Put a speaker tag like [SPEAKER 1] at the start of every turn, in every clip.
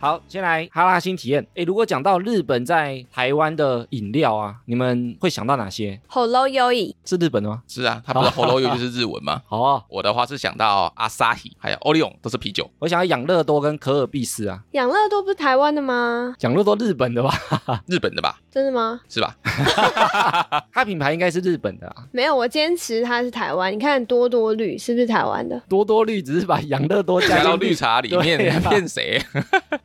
[SPEAKER 1] 好，先来哈拉新体验。诶，如果讲到日本在台湾的饮料啊，你们会想到哪些？
[SPEAKER 2] 好 low 优异，
[SPEAKER 1] 是日本的吗？
[SPEAKER 3] 是啊，它不是 Hello You 就是日文吗？
[SPEAKER 1] 好、哦，
[SPEAKER 3] 我的话是想到阿萨希，还有 Orion 都是啤酒。
[SPEAKER 1] 我想要养乐多跟可尔必斯啊，
[SPEAKER 2] 养乐多不是台湾的吗？
[SPEAKER 1] 养乐多日本的吧？
[SPEAKER 3] 日本的吧，
[SPEAKER 2] 真的吗？
[SPEAKER 3] 是吧？
[SPEAKER 1] 它品牌应该是日本的啊。
[SPEAKER 2] 没有，我坚持它是台湾。你看多多绿是不是台湾的？
[SPEAKER 1] 多多绿只是把 养乐多加
[SPEAKER 3] 加到
[SPEAKER 1] 进
[SPEAKER 3] 绿
[SPEAKER 1] 去。
[SPEAKER 3] 茶里
[SPEAKER 1] 对
[SPEAKER 3] 面
[SPEAKER 1] 啊
[SPEAKER 3] 骗谁？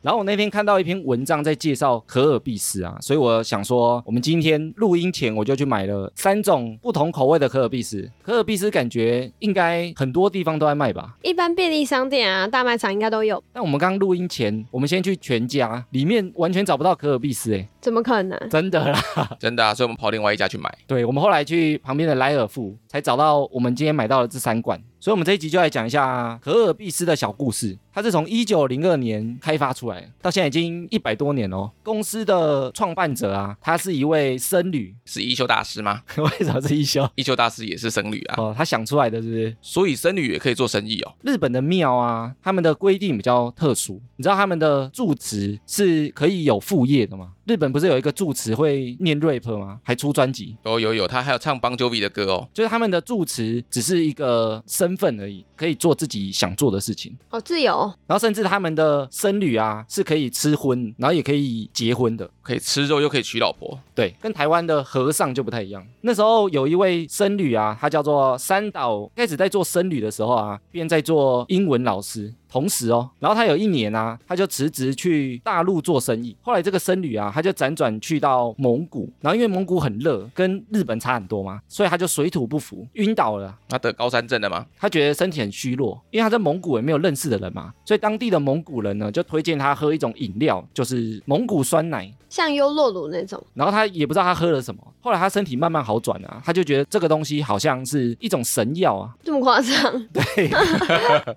[SPEAKER 1] 然后我那天看到一篇文章在介绍可尔必斯啊，所以我想说，我们今天录音前我就去买了三种不同口味的可尔必斯。可尔必斯感觉应该很多地方都在卖吧？
[SPEAKER 2] 一般便利商店啊、大卖场应该都有，
[SPEAKER 1] 但我们刚录音前，我们先去全家，里面完全找不到可尔必斯、欸，
[SPEAKER 2] 怎么可 能？
[SPEAKER 1] 真的啦。
[SPEAKER 3] 真的啊，所以我们跑另外一家去买。
[SPEAKER 1] 对，我们后来去旁边的莱尔富才找到我们今天买到的这三罐，所以我们这一集就来讲一下可尔必斯的小故事。它是从一九零二年开发出来，到现在已经一百多年哦。公司的创办者啊，他是一位僧侣，
[SPEAKER 3] 是一休大师吗？
[SPEAKER 1] 为什么是一休？
[SPEAKER 3] 一休大师也是僧侣啊，
[SPEAKER 1] 哦，他想出来的是不是？
[SPEAKER 3] 所以僧侣也可以做生意哦。
[SPEAKER 1] 日本的庙啊，他们的规定比较特殊，你知道他们的住持是可以有副业的吗？日本不是有一个住持会念 rap 吗？还出专辑，
[SPEAKER 3] 有有有，他还有唱邦 Jovi 的歌哦。
[SPEAKER 1] 就是他们的住持只是一个身份而已，可以做自己想做的事情。
[SPEAKER 2] 好哦自由，
[SPEAKER 1] 然后甚至他们的僧侣啊是可以吃荤，然后也可以结婚的。
[SPEAKER 3] 可以吃肉又可以娶老婆，
[SPEAKER 1] 对，跟台湾的和尚就不太一样。那时候有一位僧侣啊，他叫做三岛，开始在做僧侣的时候啊，便在做英文老师。同时哦，然后他有一年啊，他就辞职去大陆做生意。后来这个僧侣啊，他就辗转去到蒙古，然后因为蒙古很热，跟日本差很多嘛，所以他就水土不服，晕倒了啊。
[SPEAKER 3] 他得高山症了吗？
[SPEAKER 1] 他觉得身体很虚弱，因为他在蒙古也没有认识的人嘛，所以当地的蒙古人呢就推荐他喝一种饮料，就是蒙古酸奶。
[SPEAKER 2] 像优洛乳那种，
[SPEAKER 1] 然后他也不知道他喝了什么，后来他身体慢慢好转啊，他就觉得这个东西好像是一种神药啊。
[SPEAKER 2] 这么夸张？
[SPEAKER 1] 对，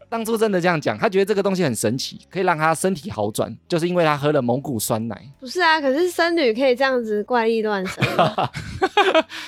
[SPEAKER 1] 当初真的这样讲，他觉得这个东西很神奇，可以让他身体好转，就是因为他喝了蒙古酸奶。
[SPEAKER 2] 不是啊，可是僧侣可以这样子怪力乱神吗，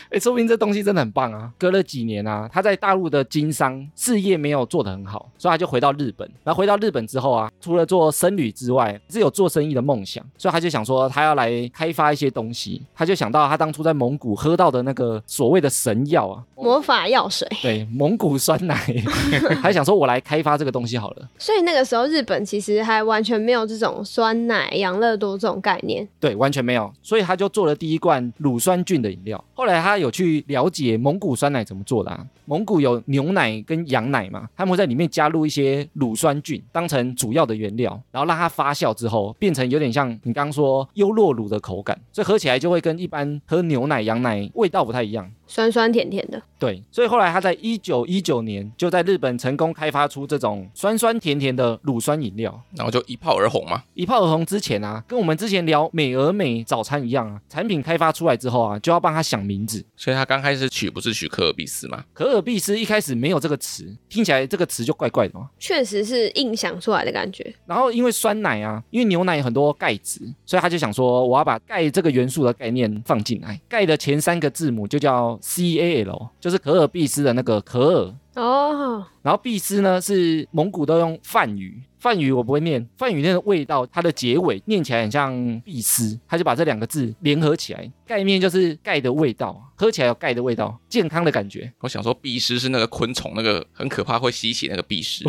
[SPEAKER 1] 哎，说不定这东西真的很棒啊！隔了几年啊，他在大陆的经商事业没有做得很好，所以他就回到日本。然后回到日本之后啊，除了做僧侣之外，是有做生意的梦想，所以他就想说他要来开发一些东西。他就想到他当初在蒙古喝到的那个所谓的神药啊，
[SPEAKER 2] 魔法药水。
[SPEAKER 1] 对，蒙古酸奶， 他就想说我来开发这个东西好了。
[SPEAKER 2] 所以那个时候日本其实还完全没有这种酸奶、养乐多这种概念。
[SPEAKER 1] 对，完全没有，所以他就做了第一罐乳酸菌的饮料。后来他有去了解蒙古酸奶怎么做的啊？蒙古有牛奶跟羊奶嘛，他们会在里面加入一些乳酸菌，当成主要的原料，然后让它发酵之后，变成有点像你刚刚说优酪乳的口感，所以喝起来就会跟一般喝牛奶、羊奶味道不太一样。
[SPEAKER 2] 酸酸甜甜的，
[SPEAKER 1] 对，所以后来他在一九一九年就在日本成功开发出这种酸酸甜甜的乳酸饮料。
[SPEAKER 3] 然后就一炮而红嘛。
[SPEAKER 1] 一炮而红之前啊，跟我们之前聊美而美早餐一样啊，产品开发出来之后啊，就要帮他想名字。
[SPEAKER 3] 所以他刚开始取不是取科尔必斯吗？
[SPEAKER 1] 可尔必斯一开始没有这个词，听起来这个词就怪怪的嘛。
[SPEAKER 2] 确实是硬想出来的感觉。
[SPEAKER 1] 然后因为酸奶啊，因为牛奶有很多钙质，所以他就想说，我要把钙这个元素的概念放进来。钙的前三个字母就叫 C A L，就是可尔必斯的那个可尔。
[SPEAKER 2] 哦，
[SPEAKER 1] 然后必斯呢是蒙古都用梵语，梵语我不会念，梵语那个味道，它的结尾念起来很像必斯，他就把这两个字联合起来，概念就是钙的味道，啊喝起来有钙的味道，健康的感觉。
[SPEAKER 3] 我想说，必斯是那个昆虫，那个很可怕会吸血那个必斯。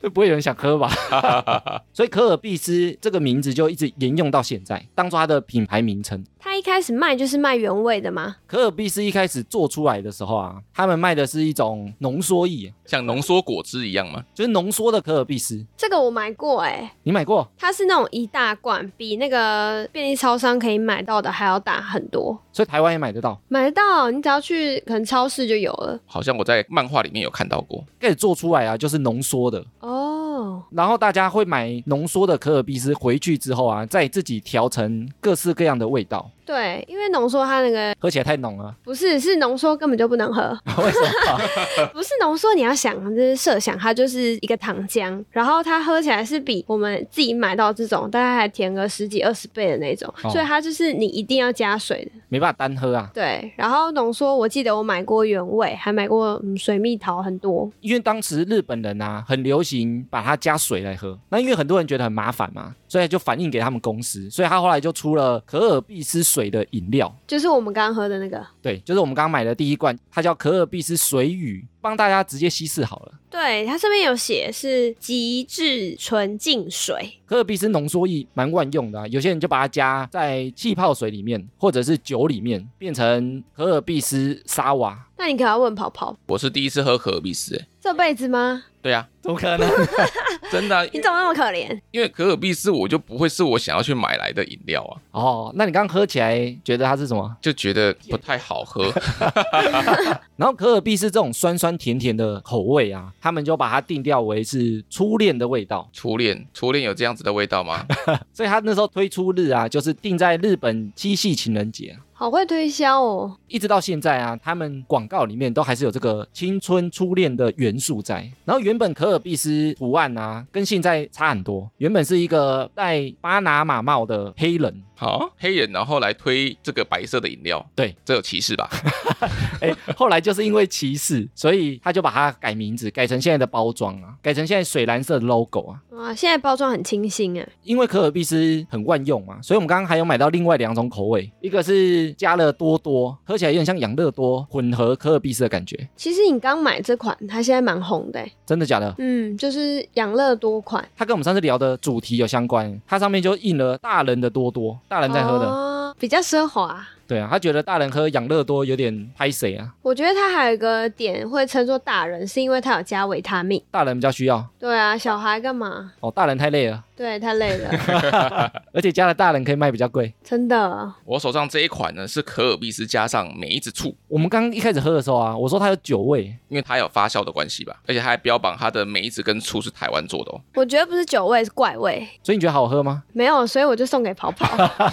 [SPEAKER 1] 这不会有人想喝吧？ 所以可尔必斯这个名字就一直沿用到现在，当做它的品牌名称。
[SPEAKER 2] 它一开始卖就是卖原味的吗？
[SPEAKER 1] 可尔必斯一开始做出来的时候啊，他们卖的是一种浓缩液，
[SPEAKER 3] 像浓缩果汁一样吗？
[SPEAKER 1] 就是浓缩的可尔必斯。
[SPEAKER 2] 这个我买过哎、
[SPEAKER 1] 你买过？
[SPEAKER 2] 它是那种一大罐，比那个便利超商可以买到的还要大很多。
[SPEAKER 1] 所以台湾也买得到。
[SPEAKER 2] 买得到，你只要去可能超市就有了。
[SPEAKER 3] 好像我在漫画里面有看到过。
[SPEAKER 1] 开始做出来啊，就是浓缩的，
[SPEAKER 2] 哦，
[SPEAKER 1] 然后大家会买浓缩的可尔必斯回去之后啊，再自己调成各式各样的味道。
[SPEAKER 2] 对，因为浓缩它那个
[SPEAKER 1] 喝起来太浓了，
[SPEAKER 2] 不是是浓缩根本就不能喝，
[SPEAKER 1] 为什么？
[SPEAKER 2] 不是浓缩，你要想就是设想它就是一个糖浆，然后它喝起来是比我们自己买到这种大概还甜个十几二十倍的那种，
[SPEAKER 1] 哦
[SPEAKER 2] 所以它就是你一定要加水的。
[SPEAKER 1] 没办法单喝啊，
[SPEAKER 2] 对，然后浓缩我记得我买过原味，还买过、嗯、水蜜桃很多。
[SPEAKER 1] 因为当时日本人啊很流行把它加水来喝，那因为很多人觉得很麻烦嘛，所以就反映给他们公司，所以他后来就出了可尔必斯水的饮料。
[SPEAKER 2] 就是我们刚刚喝的那个，
[SPEAKER 1] 对，就是我们刚刚买的第一罐，它叫可尔必斯水雨，帮大家直接稀释好了。
[SPEAKER 2] 对，它上面有写是极致纯净水，
[SPEAKER 1] 可尔必斯浓缩液蛮万用的、啊，有些人就把它加在气泡水里面，或者是酒里面，变成可尔必斯沙瓦。
[SPEAKER 2] 那你可要问跑跑，
[SPEAKER 3] 我是第一次喝可尔必斯、欸，
[SPEAKER 2] 这辈子吗？
[SPEAKER 3] 对啊，
[SPEAKER 1] 怎么可能？
[SPEAKER 3] 真的啊、
[SPEAKER 2] 你怎么那么可怜？
[SPEAKER 3] 因为可尔必斯我就不会是我想要去买来的饮料啊，
[SPEAKER 1] 哦，那你刚刚喝起来觉得它是什么？
[SPEAKER 3] 就觉得不太好 喝。
[SPEAKER 1] 然后可尔必斯这种酸酸甜甜的口味啊，他们就把它定调为是初恋的味道。
[SPEAKER 3] 初恋，初恋有这样子的味道 吗？
[SPEAKER 1] 所以他那时候推出日啊，就是定在日本七夕情人节啊、
[SPEAKER 2] 好会推销哦。
[SPEAKER 1] 一直到现在啊，他们广告里面都还是有这个青春初恋的元素在。然后原本可尔必斯图案啊，跟现在差很多。原本是一个戴巴拿马帽的黑人，
[SPEAKER 3] 好，黑人然后来推这个白色的饮料，
[SPEAKER 1] 对，
[SPEAKER 3] 这有歧视 吧？
[SPEAKER 1] 哎，后来就是因为歧视，所以他就把它改名字，改成现在的包装啊，改成现在水蓝色的 logo 啊。
[SPEAKER 2] 哇，现在包装很清新哎，
[SPEAKER 1] 因为可尔必斯很万用嘛，所以我们刚刚还有买到另外两种口味，一个是加了多多，喝起来有点像养乐多混合可尔必斯的感觉，
[SPEAKER 2] 其实你刚买这款，它现在蛮红的欸，
[SPEAKER 1] 真的假的？
[SPEAKER 2] 嗯，就是养乐多款，
[SPEAKER 1] 它跟我们上次聊的主题有相关，它上面就印了大人的多多，大人在喝的，
[SPEAKER 2] 哦、比较奢华。
[SPEAKER 1] 对啊，他觉得大人喝养乐多有点拍谁啊，
[SPEAKER 2] 我觉得它还有一个点会称作大人，是因为它有加维他命。
[SPEAKER 1] 大人比较需要
[SPEAKER 2] 对啊，小孩干嘛？
[SPEAKER 1] 哦，大人太累了，
[SPEAKER 2] 对，太 累了，
[SPEAKER 1] 而且加了大人可以卖比较贵。
[SPEAKER 2] 真的。
[SPEAKER 3] 我手上这一款呢是可尔必斯加上梅子醋，
[SPEAKER 1] 我们刚刚一开始喝的时候啊，我说它有酒味，
[SPEAKER 3] 因为它有发酵的关系吧，而且它还标榜它的梅子跟醋是台湾做的哦。
[SPEAKER 2] 我觉得不是酒味，是怪味。
[SPEAKER 1] 所以你觉得好喝吗？
[SPEAKER 2] 没有，所以我就送给跑跑。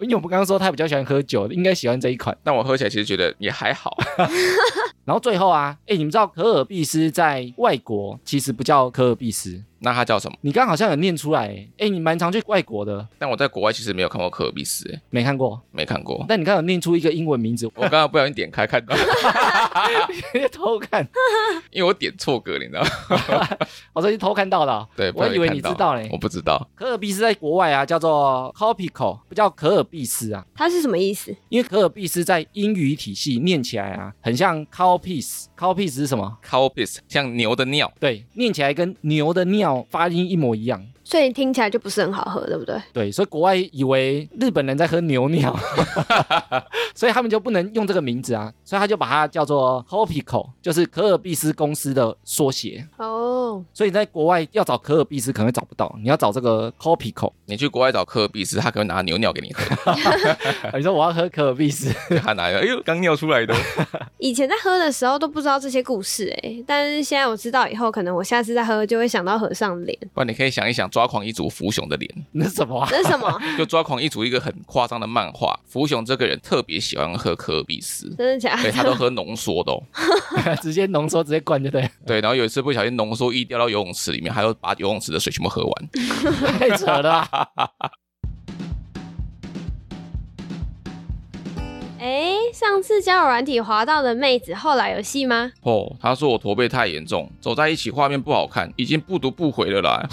[SPEAKER 1] 因为我们刚刚说他比较喜欢喝酒，应该喜欢这一款。
[SPEAKER 3] 但我喝起来其实觉得也还好，
[SPEAKER 1] 然后最后啊，哎，你们知道可尔必斯在外国其实不叫可尔必斯，
[SPEAKER 3] 那它叫什么？
[SPEAKER 1] 你刚刚好像有念出来，哎，你蛮常去外国的，
[SPEAKER 3] 但我在国外其实没有看过可尔必斯，哎
[SPEAKER 1] 没看过。
[SPEAKER 3] 没看过。
[SPEAKER 1] 但你刚刚有念出一个英文名字，
[SPEAKER 3] 我刚刚不小心点开看到，
[SPEAKER 1] 我 偷看，
[SPEAKER 3] 因为我点错格，你知道吗？
[SPEAKER 1] 我说你偷看到的哦、
[SPEAKER 3] 对，不
[SPEAKER 1] 我
[SPEAKER 3] 小
[SPEAKER 1] 还
[SPEAKER 3] 心
[SPEAKER 1] 以为
[SPEAKER 3] 看
[SPEAKER 1] 你
[SPEAKER 3] 到
[SPEAKER 1] 知道嘞
[SPEAKER 3] 我。不知道。
[SPEAKER 1] 可尔必斯在国外啊叫做 Copico，不叫可尔必斯啊，
[SPEAKER 2] 它是什么意思？
[SPEAKER 1] 因为可尔必斯在英语体系念起来啊，很像 cowpiece。cowpiece 是什么？
[SPEAKER 3] Cow piss 像牛的尿，
[SPEAKER 1] 对，念起来跟牛的尿发音一模一样。
[SPEAKER 2] 所以听起来就不是很好喝，对不对？
[SPEAKER 1] 对，所以国外以为日本人在喝牛尿， 所以他们就不能用这个名字啊，所以他就把它叫做 Copico，就是可尔必斯公司的缩写。
[SPEAKER 2] 哦，
[SPEAKER 1] 所以你在国外要找可尔必斯可能会找不到，你要找这个 Copico。
[SPEAKER 3] 你去国外找可尔必斯，他可能拿牛尿给你 喝，
[SPEAKER 1] 哦你说我要喝可尔必斯，
[SPEAKER 3] 他拿一个，哎呦，刚尿出来的。
[SPEAKER 2] 以前在喝的时候都不知道这些故事哎，但是现在我知道以后，可能我下次再喝就会想到和尚脸。
[SPEAKER 3] 不然你可以想一想抓狂一族福雄的脸，
[SPEAKER 1] 那是什么啊？
[SPEAKER 2] 这是什 么？
[SPEAKER 3] 就抓狂一族一个很夸张的漫画，福雄这个人特别喜欢喝可尔必斯。
[SPEAKER 2] 真的假的？
[SPEAKER 3] 对他都喝浓 缩的哦，
[SPEAKER 1] 直接浓缩，直接灌就对了，
[SPEAKER 3] 对，然后有一次不小心浓缩液掉到游泳池里面，他就把游泳池的水全部喝完。
[SPEAKER 1] 太扯了吧。
[SPEAKER 2] 哎，上次交友软体滑到的妹子，后来有戏吗？
[SPEAKER 3] 哦，他说我驼背太严重，走在一起画面不好看，已经不读不回了啦。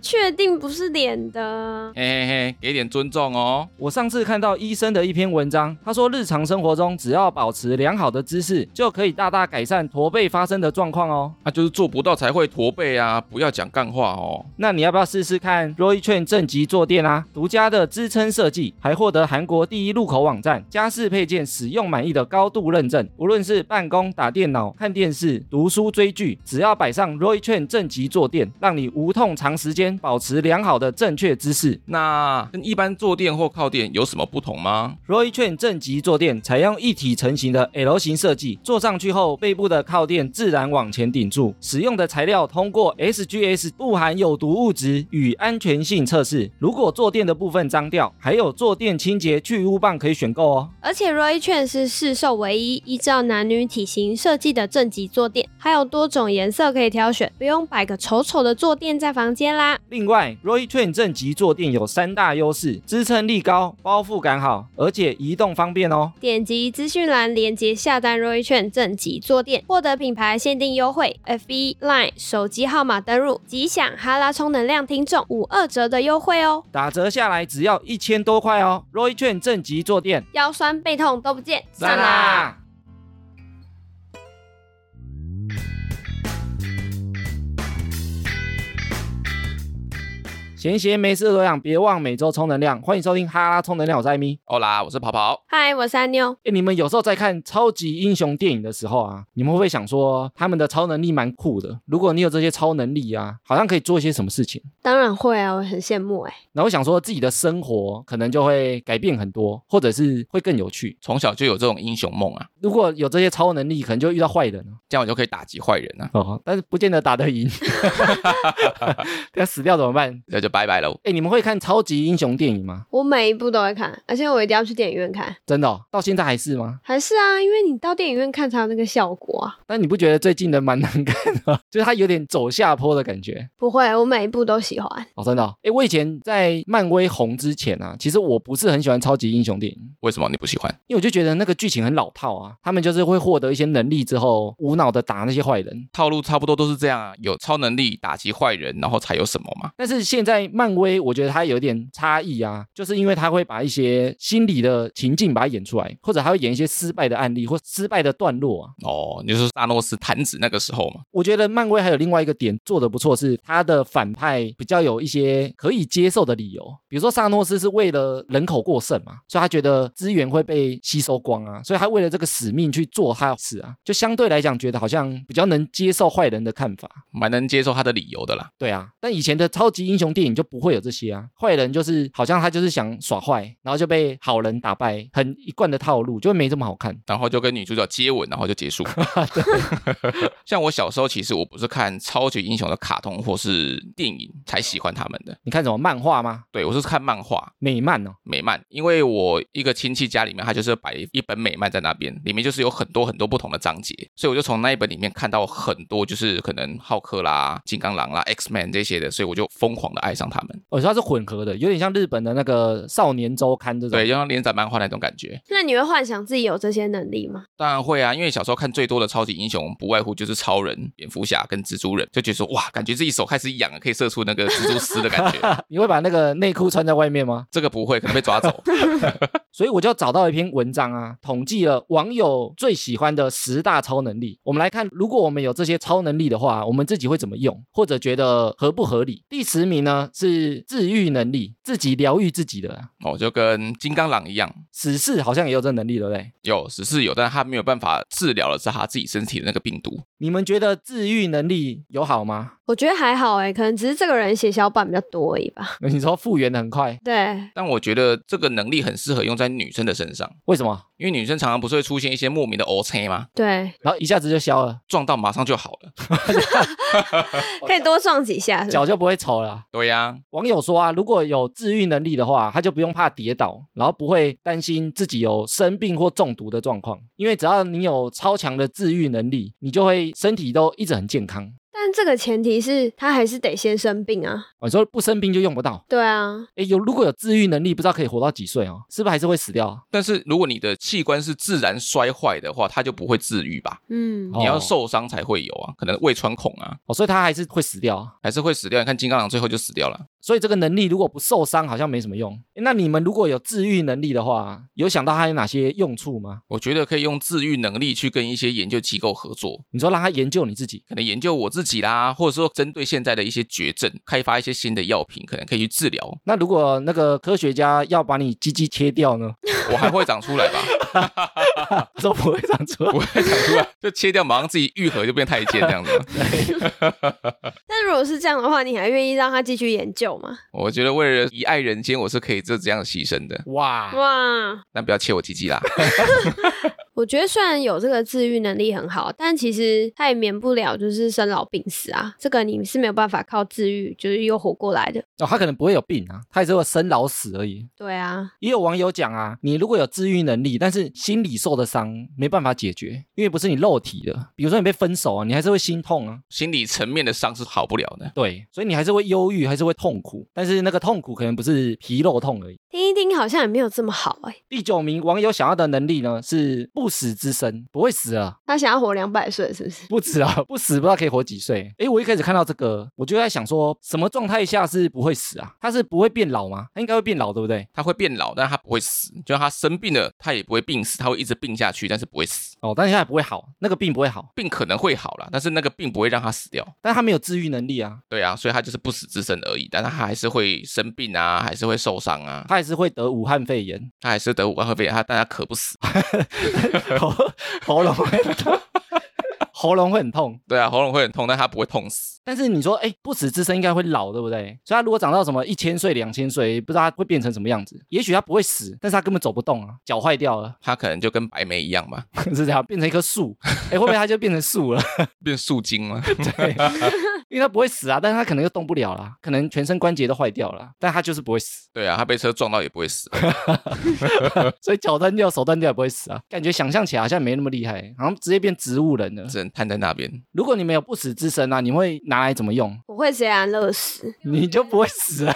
[SPEAKER 2] 确定不是脸的，
[SPEAKER 3] 嘿嘿嘿，给点尊重哦。
[SPEAKER 1] 我上次看到医生的一篇文章，他说日常生活中只要保持良好的姿势，就可以大大改善驼背发生的状况哦。
[SPEAKER 3] 那、啊就是做不到才会驼背啊，不要讲干话哦。
[SPEAKER 1] 那你要不要试试看 Roy Chain 正极坐垫啊？独家的支撑设计，还获得韩国第一入口网站家事式配件使用满意的高度认证。无论是办公、打电脑、看电视、读书、追剧，只要摆上 Roy Chen 正极坐垫，让你无痛长时间保持良好的正确姿势。
[SPEAKER 3] 那跟一般坐垫或靠垫有什么不同吗？
[SPEAKER 1] Roy Chen 正极坐垫采用一体成型的 L 型设计，坐上去后背部的靠垫自然往前顶住。使用的材料通过 SGS 不含有毒物质与安全性测试。如果坐垫的部分脏掉，还有坐垫清洁去污棒可以选购哦。
[SPEAKER 2] 而且 Roy Chen 是市售唯一依照男女体型设计的正极坐垫，还有多种颜色可以挑选，不用摆个丑丑的坐垫在房间啦。
[SPEAKER 1] 另外，Roy Train 正极坐垫有三大优势：支撑力高、包覆感好，而且移动方便哦。
[SPEAKER 2] 点击资讯栏链接下单 Roy Chen 正极坐垫，获得品牌限定优惠，FB Line 手机号码登入，吉享哈拉充能量听众五二折的优惠哦，
[SPEAKER 1] 打折下来只要一千多块哦。Roy Train 正极坐垫，
[SPEAKER 2] 腰酸背痛都不见，！！闲闲没事多养，别忘每周充能量。欢迎收听哈拉充能量，我是艾米。
[SPEAKER 3] 欧啦，我是跑跑。
[SPEAKER 2] 嗨，我是安妞，
[SPEAKER 1] 哎，你们有时候在看超级英雄电影的时候啊，你们会不会想说他们的超能力蛮酷的？如果你有这些超能力啊，好像可以做一些什么事情？
[SPEAKER 2] 当然会啊，我很羡慕哎、
[SPEAKER 1] 然后想说自己的生活可能就会改变很多，或者是会更有趣。
[SPEAKER 3] 从小就有这种英雄梦啊，
[SPEAKER 1] 如果有这些超能力，可能就遇到坏人了
[SPEAKER 3] 这样我就可以打击坏人啊，
[SPEAKER 1] 哦，但是不见得打得赢。 要死掉怎么办？
[SPEAKER 3] 那就拜拜喽。
[SPEAKER 1] 哎，你们会看超级英雄电影吗？
[SPEAKER 2] 我每一部都会看，而且我一定要去电影院看。
[SPEAKER 1] 真的、哦，到现在还是吗？
[SPEAKER 2] 还是啊，因为你到电影院看才有那个效果啊。
[SPEAKER 1] 但你不觉得最近的蛮难看的吗？ 就是它有点走下坡的感觉。
[SPEAKER 2] 不会，我每一部都喜欢。
[SPEAKER 1] 哦，真的、哦，哎，我以前在漫威红之前啊，其实我不是很喜欢超级英雄电影。
[SPEAKER 3] 为什么你不喜欢？
[SPEAKER 1] 因为我就觉得那个剧情很老套啊，他们就是会获得一些能力之后，无脑的打那些坏人。
[SPEAKER 3] 套路差不多都是这样啊，有超能力打击坏人，然后才有什么嘛。
[SPEAKER 1] 但是现在漫威，我觉得它有点差异啊，就是因为它会把一些心理的情境把它演出来，或者还会演一些失败的案例或失败的段落啊。
[SPEAKER 3] 哦，你就是萨诺斯弹指那个时候嘛。
[SPEAKER 1] 我觉得漫威还有另外一个点做的不错，是它的反派比较有一些可以接受的理由，比如说萨诺斯是为了人口过剩嘛，所以他觉得资源会被吸收光啊，所以他为了这个使命去做他的事啊，就相对来讲觉得好像比较能接受坏人的看法。
[SPEAKER 3] 蛮能接受他的理由的啦。
[SPEAKER 1] 对啊，但以前的超级英雄电影就不会有这些啊，坏人就是好像他就是想耍坏，然后就被好人打败，很一贯的套路，就没这么好看。
[SPEAKER 3] 然后就跟女主角接吻，然后就结束。像我小时候，其实我不是看超级英雄的卡通或是电影才喜欢他们的，
[SPEAKER 1] 你看什么漫画吗？
[SPEAKER 3] 对我是看漫画
[SPEAKER 1] 美漫哦，
[SPEAKER 3] 美漫，因为我一个亲戚家里面，他就是摆一本美漫在那边，里面就是有很多很多不同的章节，所以我就从那一本里面看到很多，就是可能浩克啦、金刚狼啦、X Man 这些的，所以我就疯狂的爱上他们。
[SPEAKER 1] 哦我说它是混合的，有点像日本的那个少年周刊这种。
[SPEAKER 3] 对，就像连载漫画那种感觉，
[SPEAKER 2] 那你会幻想自己有这些能力吗？
[SPEAKER 3] 当然会啊，因为小时候看最多的超级英雄不外乎就是超人、蝙蝠侠跟蜘蛛人，就觉得说哇，感觉自己手开始痒了，可以射出那个蜘蛛丝的感 觉。
[SPEAKER 1] 你会把那个内裤穿在外面吗？
[SPEAKER 3] 这个不会，可能被抓走。
[SPEAKER 1] 所以我就找到一篇文章啊，统计了网友最喜欢的十大超能力。我们来看，如果我们有这些超能力的话，我们自己会怎么用，或者觉得合不合理？第十名呢是治愈能力，自己疗愈自己的啊。
[SPEAKER 3] 哦，就跟金刚狼一样，
[SPEAKER 1] 死侍好像也有这能力，对不对？
[SPEAKER 3] 有只是有，但他没有办法治疗的是他自己身体的那个病毒。
[SPEAKER 1] 你们觉得治愈能力有好吗？
[SPEAKER 2] 我觉得还好哎、可能只是这个人血小板比较多而已吧。
[SPEAKER 1] 你说复原的很快，
[SPEAKER 2] 对，
[SPEAKER 3] 但我觉得这个能力很适合用在女生的身上，
[SPEAKER 1] 为什么？
[SPEAKER 3] 因为女生常常不是会出现一些莫名的 O C 吗？
[SPEAKER 2] 对，
[SPEAKER 1] 然后一下子就消 了，
[SPEAKER 3] 撞到马上就好了。
[SPEAKER 2] 可以多撞几下是吧
[SPEAKER 1] 哦脚就不会丑了。
[SPEAKER 3] 对呀、
[SPEAKER 1] 网友说啊，如果有治愈能力的话，他就不用怕跌倒，然后不会担心自己有生病或中毒的状况，因为只要你有超强的治愈能力，你就会身体都一直很健康。
[SPEAKER 2] 但这个前提是他还是得先生病啊。
[SPEAKER 1] 哦我、你说不生病就用不到，
[SPEAKER 2] 对啊，
[SPEAKER 1] 诶，有如果有治愈能力，不知道可以活到几岁哦？是不是还是会死掉啊？
[SPEAKER 3] 但是如果你的器官是自然衰坏的话，它就不会治愈吧？
[SPEAKER 2] 嗯，
[SPEAKER 1] 哦
[SPEAKER 3] 你要受伤才会有啊，可能胃穿孔啊，
[SPEAKER 1] 哦，所以他还是会死掉啊。
[SPEAKER 3] 还是会死掉。你看金刚狼最后就死掉了。
[SPEAKER 1] 所以这个能力如果不受伤，好像没什么用。诶那你们如果有治愈能力的话，有想到它有哪些用处吗？
[SPEAKER 3] 我觉得可以用治愈能力去跟一些研究机构合作，
[SPEAKER 1] 你说让他研究你自己，
[SPEAKER 3] 可能研究我自己啦，或者说针对现在的一些绝症，开发一些新的药品，可能可以去治疗。
[SPEAKER 1] 那如果那个科学家要把你鸡鸡切掉呢？
[SPEAKER 3] 我还会长出来吧？
[SPEAKER 1] 他说不会长出来
[SPEAKER 3] 不。会长出来，就切掉，马上自己愈合就变太监这样子。
[SPEAKER 2] 但如果是这样的话，你还愿意让他继续研究吗？
[SPEAKER 3] 我觉得为了一爱人间，我是可以做这样的牺牲的，
[SPEAKER 1] 哇，
[SPEAKER 2] 哇，
[SPEAKER 3] 但不要切我鸡鸡啦。
[SPEAKER 2] 我觉得虽然有这个自愈能力很好，但其实他也免不了就是生老病死啊，这个你是没有办法靠自愈就是又活过来的。
[SPEAKER 1] 哦，他可能不会有病啊，他也是会生老死而已。
[SPEAKER 2] 对啊，
[SPEAKER 1] 也有网友讲啊，你如果有治愈能力，但是心理受的伤没办法解决，因为不是你肉体的，比如说你被分手啊，你还是会心痛啊，
[SPEAKER 3] 心理层面的伤是好不了的。
[SPEAKER 1] 对，所以你还是会忧郁，还是会痛苦，但是那个痛苦可能不是皮肉痛而已。
[SPEAKER 2] 听一听好像也没有这么好哎、
[SPEAKER 1] 第九名网友想要的能力呢是不死之身，不会死啊，
[SPEAKER 2] 他想要活两百岁是不是？
[SPEAKER 1] 不死啊， 不死不知道可以活几岁。诶，我一开始看到这个，我就在想说，什么状态下是不会死啊？他是不会变老吗？他应该会变老，对不对？
[SPEAKER 3] 他会变老，但他不会死。就算他生病了，他也不会病死，他会一直病下去，但是不会死。
[SPEAKER 1] 哦，但是他也不会好，那个病不会好，
[SPEAKER 3] 病可能会好了，但是那个病不会让他死掉。
[SPEAKER 1] 但他没有治愈能力啊，
[SPEAKER 3] 对啊，所以他就是不死之身而已，但他还是会生病啊，还是会受伤啊，
[SPEAKER 1] 他还是会得武汉肺炎。
[SPEAKER 3] 他还是得武汉肺炎，他但他渴不死。
[SPEAKER 1] 喉喉咙会很痛，喉咙会很痛。
[SPEAKER 3] 对啊，喉咙会很痛，但他不会痛死。
[SPEAKER 1] 但是你说，哎，不死之身应该会老，对不对？所以他如果长到什么一千岁、两千岁，不知道他会变成什么样子。也许他不会死，但是他根本走不动啊，脚坏掉了，
[SPEAKER 3] 他可能就跟白梅一样吧，
[SPEAKER 1] 是这样，变成一棵树。哎，会不会他就变成树了？
[SPEAKER 3] 变树精了。
[SPEAKER 1] 对，因为他不会死啊，但是他可能又动不了啦，可能全身关节都坏掉了，但他就是不会死，
[SPEAKER 3] 对啊，他被车撞到也不会死。
[SPEAKER 1] 所以脚断掉、手断掉也不会死啊。感觉想象起来好像没那么厉害，好像直接变植物人了。
[SPEAKER 3] 只能瘫在那边。
[SPEAKER 1] 如果你们有不死之身啊，你会拿来怎么用？
[SPEAKER 2] 我会直接安乐死，
[SPEAKER 1] 你就不会死啊。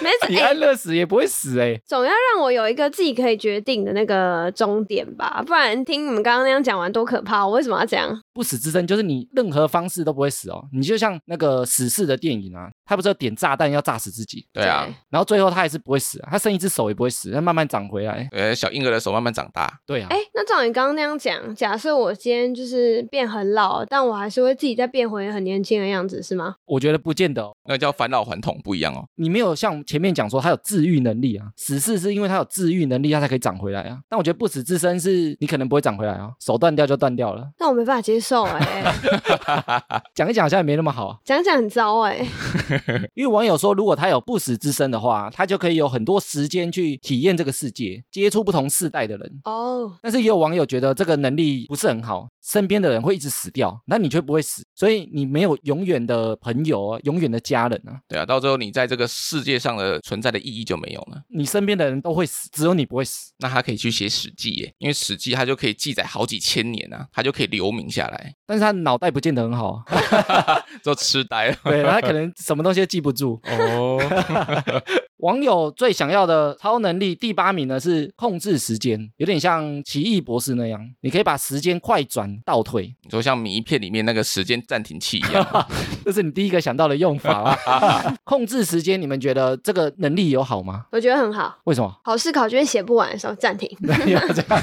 [SPEAKER 2] 没
[SPEAKER 1] 你
[SPEAKER 2] 哎、
[SPEAKER 1] 安乐死也不会死哎、
[SPEAKER 2] 总要让我有一个自己可以决定的那个终点吧，不然听你们刚刚那样讲完多可怕！我为什么要这样？
[SPEAKER 1] 不死之身就是你任何方式都不会死哦。你就像那个死侍的电影啊，他不是有点炸弹要炸死自己，
[SPEAKER 3] 对啊，
[SPEAKER 1] 然后最后他还是不会死、啊，他剩一只手也不会死，他慢慢长回来。
[SPEAKER 3] 呃，小婴儿的手慢慢长大，
[SPEAKER 1] 对啊，
[SPEAKER 2] 哎、那照你刚刚那样讲，假设我今天就是变很老，但我还是会自己再变回很年轻的样子，是吗？
[SPEAKER 1] 我觉得不见得、哦。
[SPEAKER 3] 那叫返老还童，不一样哦。
[SPEAKER 1] 你没有像前面讲说他有治愈能力啊，死侍是因为他有治愈能力，他才可以长回来啊。但我觉得不死之身是你可能不会长回来啊，手断掉就断掉了。
[SPEAKER 2] 但我没办法接受哎、
[SPEAKER 1] 讲一讲好像也没那么好啊，
[SPEAKER 2] 讲讲很糟哎、
[SPEAKER 1] 因为网友说如果他有不死之身的话，他就可以有很多时间去体验这个世界，接触不同世代的人。
[SPEAKER 2] 哦，
[SPEAKER 1] 但是也有网友觉得这个能力不是很好，身边的人会一直死掉，那你却不会死，所以你没有永远的朋友啊，永远的家人啊，
[SPEAKER 3] 对啊，到最后你在这个世界上的存在的意义就没有了。
[SPEAKER 1] 你身边的人都会死，只有你不会死。
[SPEAKER 3] 那他可以去写《史记》耶，因为《史记》它就可以记载好几千年啊，它就可以留名下来。
[SPEAKER 1] 但是他脑袋不见得很好啊，
[SPEAKER 3] 就痴呆 了。
[SPEAKER 1] 对，他可能什么东西都记不住。
[SPEAKER 3] 哦，
[SPEAKER 1] 网友最想要的超能力第八名呢是控制时间，有点像奇异博士那样，你可以把时间快转倒退，
[SPEAKER 3] 你说像迷片里面那个时间暂停器一样，
[SPEAKER 1] 这是你第一个想到的用法啊。控制时间，你们觉得这个能力有好吗？
[SPEAKER 2] 我觉得很好。
[SPEAKER 1] 为什么？
[SPEAKER 2] 考试考卷写不完的时候 暂停，
[SPEAKER 1] 不要这样，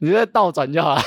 [SPEAKER 1] 你在倒转就好了。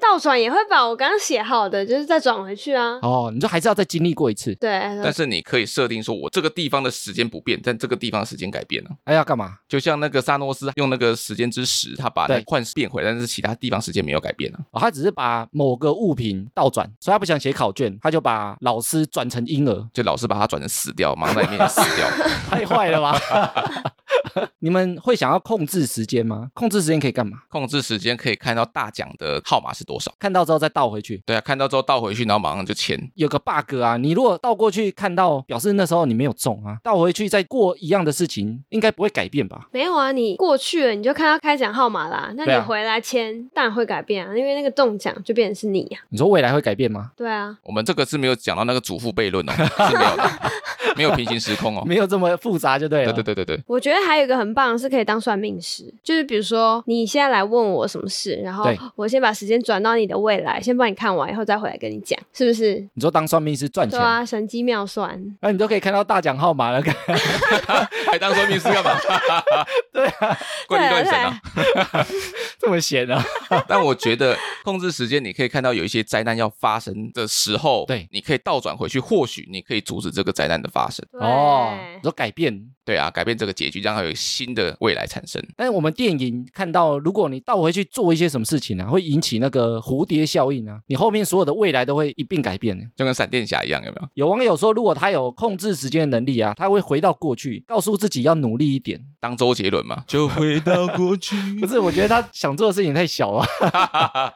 [SPEAKER 2] 倒转也会把我刚刚写好的，就是再转回去啊。
[SPEAKER 1] 哦，你就还是要再经历过一次。
[SPEAKER 2] 对，
[SPEAKER 3] 但是你可以设定说，我这个地方的时间不变，但这个地方的时间改变了。
[SPEAKER 1] 哎，要干嘛？
[SPEAKER 3] 就像那个萨诺斯用那个时间之石，他把那
[SPEAKER 1] 对
[SPEAKER 3] 幻视变回来，但是其他地方时间没有改变啊。
[SPEAKER 1] 哦，他只是把某个物品倒转，所以他不想写考卷，他就把老师转成婴儿，
[SPEAKER 3] 就老是把它转成死掉，马上在里面死掉。
[SPEAKER 1] 太坏了吧？ 你们会想要控制时间吗？控制时间可以干嘛？
[SPEAKER 3] 控制时间可以看到大奖的号码是多少。
[SPEAKER 1] 看到之后再倒回去。
[SPEAKER 3] 对啊，看到之后倒回去，然后马上就签。
[SPEAKER 1] 有个 bug 啊，你如果倒过去看到，表示那时候你没有中啊，倒回去再过一样的事情，应该不会改变吧？
[SPEAKER 2] 没有啊，你过去了你就看到开奖号码啦，那
[SPEAKER 1] 对
[SPEAKER 2] 你
[SPEAKER 1] 啊
[SPEAKER 2] 回来签当然会改变啊，因为那个中奖就变成是你啊呀、
[SPEAKER 1] 你说未来会改变吗？
[SPEAKER 2] 对啊，
[SPEAKER 3] 我们这个是没有讲到那个祖父悖论哦，是没有的，没有平行时空哦。
[SPEAKER 1] 没有这么复杂就对
[SPEAKER 3] 对啊
[SPEAKER 1] 了。
[SPEAKER 3] 对对对对，
[SPEAKER 2] 我觉得还有一个很棒的是可以当算命师，就是比如说你现在来问我什么事，然后
[SPEAKER 1] 对
[SPEAKER 2] 我先把时间转到你的未来，先帮你看完，以后再回来跟你讲，是不是？
[SPEAKER 1] 你说当算命师赚
[SPEAKER 2] 对
[SPEAKER 1] 钱，
[SPEAKER 2] 啊，神机妙算，
[SPEAKER 1] 那、你都可以看到大奖号码了， 看
[SPEAKER 3] 还当算命师干嘛？对啊，怪力
[SPEAKER 2] 对啊
[SPEAKER 3] 乱神
[SPEAKER 2] 对
[SPEAKER 3] 啊
[SPEAKER 2] 啊！
[SPEAKER 1] 这么闲啊？
[SPEAKER 3] 但我觉得控制时间，你可以看到有一些灾难要发生的时候，
[SPEAKER 1] 对
[SPEAKER 3] 你可以倒转回去，或许你可以阻止这个灾难的发生。
[SPEAKER 1] 哦，
[SPEAKER 2] 对
[SPEAKER 1] 你说改变。
[SPEAKER 3] 对啊，改变这个结局，让它有新的未来产生。
[SPEAKER 1] 但是我们电影看到，如果你倒回去做一些什么事情啊，会引起那个蝴蝶效应啊，你后面所有的未来都会一并改变。
[SPEAKER 3] 就跟闪电侠一样，有没有？
[SPEAKER 1] 有网友说，如果他有控制时间的能力啊，他会回到过去，告诉自己要努力一点。
[SPEAKER 3] 当周杰伦嘛，就回到过去。
[SPEAKER 1] 不是，我觉得他想做的事情太小了。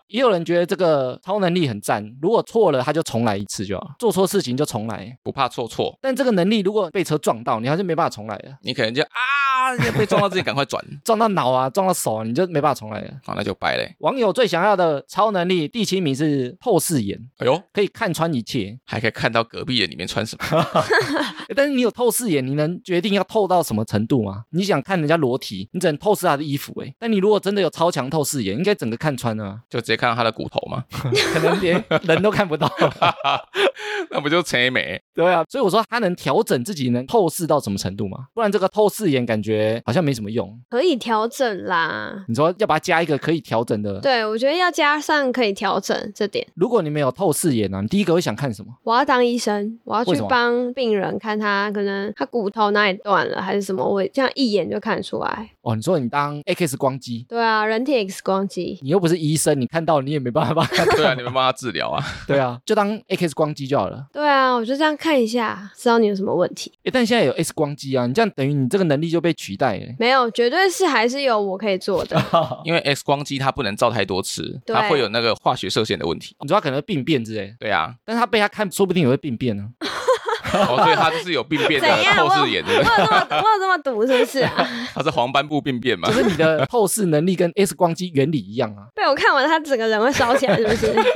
[SPEAKER 1] 也有人觉得这个超能力很赞，如果错了他就重来一次就好，做错事情就重来。
[SPEAKER 3] 不怕错错，
[SPEAKER 1] 但这个能力如果被车撞到，你还是没办法重来的，
[SPEAKER 3] 你可能就啊被撞到自己，赶快转，
[SPEAKER 1] 撞到脑啊，撞到手啊，你就没办法重来了。
[SPEAKER 3] 好那就掰嘞。
[SPEAKER 1] 网友最想要的超能力第七名是透视眼，
[SPEAKER 3] 哎呦，
[SPEAKER 1] 可以看穿一切。
[SPEAKER 3] 还可以看到隔壁的里面穿什么，
[SPEAKER 1] 但是你有透视眼，你能决定要透到什么程度吗？你想看人家裸体，你只能透视他的衣服、欸，诶，但你如果真的有超强透视眼，应该整个看穿了啊，
[SPEAKER 3] 就直接看到他的骨头嘛，
[SPEAKER 1] 可能连人都看不到。
[SPEAKER 3] 那不就陈 一美？
[SPEAKER 1] 对啊，所以我说他能调整自己能透视到什么程度嘛？不然这个透视眼感觉好像没什么用。
[SPEAKER 2] 可以调整啦。
[SPEAKER 1] 你说要把它加一个可以调整的，
[SPEAKER 2] 对，我觉得要加上可以调整这点。
[SPEAKER 1] 如果你没有透视眼啊，你第一个会想看什么？
[SPEAKER 2] 我要当医生，我要
[SPEAKER 1] 为
[SPEAKER 2] 去
[SPEAKER 1] 什么
[SPEAKER 2] 帮病人看他可能他骨头哪里断了还是什么，我这样一眼就看出来。
[SPEAKER 1] 哦，你说你当 X 光机。
[SPEAKER 2] 对啊，人体 X 光机，
[SPEAKER 1] 你又不是医生，你看到你也没办法。
[SPEAKER 3] 对啊，你们帮他治疗啊。
[SPEAKER 1] 对啊，就当 X 光机就好了。
[SPEAKER 2] 对啊，我就这样看一下，知道你有什么问题。
[SPEAKER 1] 诶，但现在有 X 光机啊，你这样等于你这个能力就被取代了。
[SPEAKER 2] 没有，绝对是还是有我可以做的。
[SPEAKER 3] 因为 X 光机它不能照太多次，
[SPEAKER 2] 对
[SPEAKER 3] 它会有那个化学射线的问题。
[SPEAKER 1] 你说他可能会病变之类，
[SPEAKER 3] 对啊，
[SPEAKER 1] 但是他被他看，说不定也会病变啊呢、
[SPEAKER 3] 哦，所以它就是有病 变
[SPEAKER 2] 怎
[SPEAKER 3] 的
[SPEAKER 2] 样？
[SPEAKER 3] 透
[SPEAKER 1] 哦
[SPEAKER 2] 我有我
[SPEAKER 3] 视眼，
[SPEAKER 2] 有
[SPEAKER 3] 对不
[SPEAKER 2] 这
[SPEAKER 3] 对？
[SPEAKER 2] 么我有这么毒是不是啊？
[SPEAKER 3] 它是黄斑部病变嘛
[SPEAKER 1] 就？是你的透视能力跟 X 光机原理一样啊。
[SPEAKER 2] 被我看完，他整个人会烧起来是不是？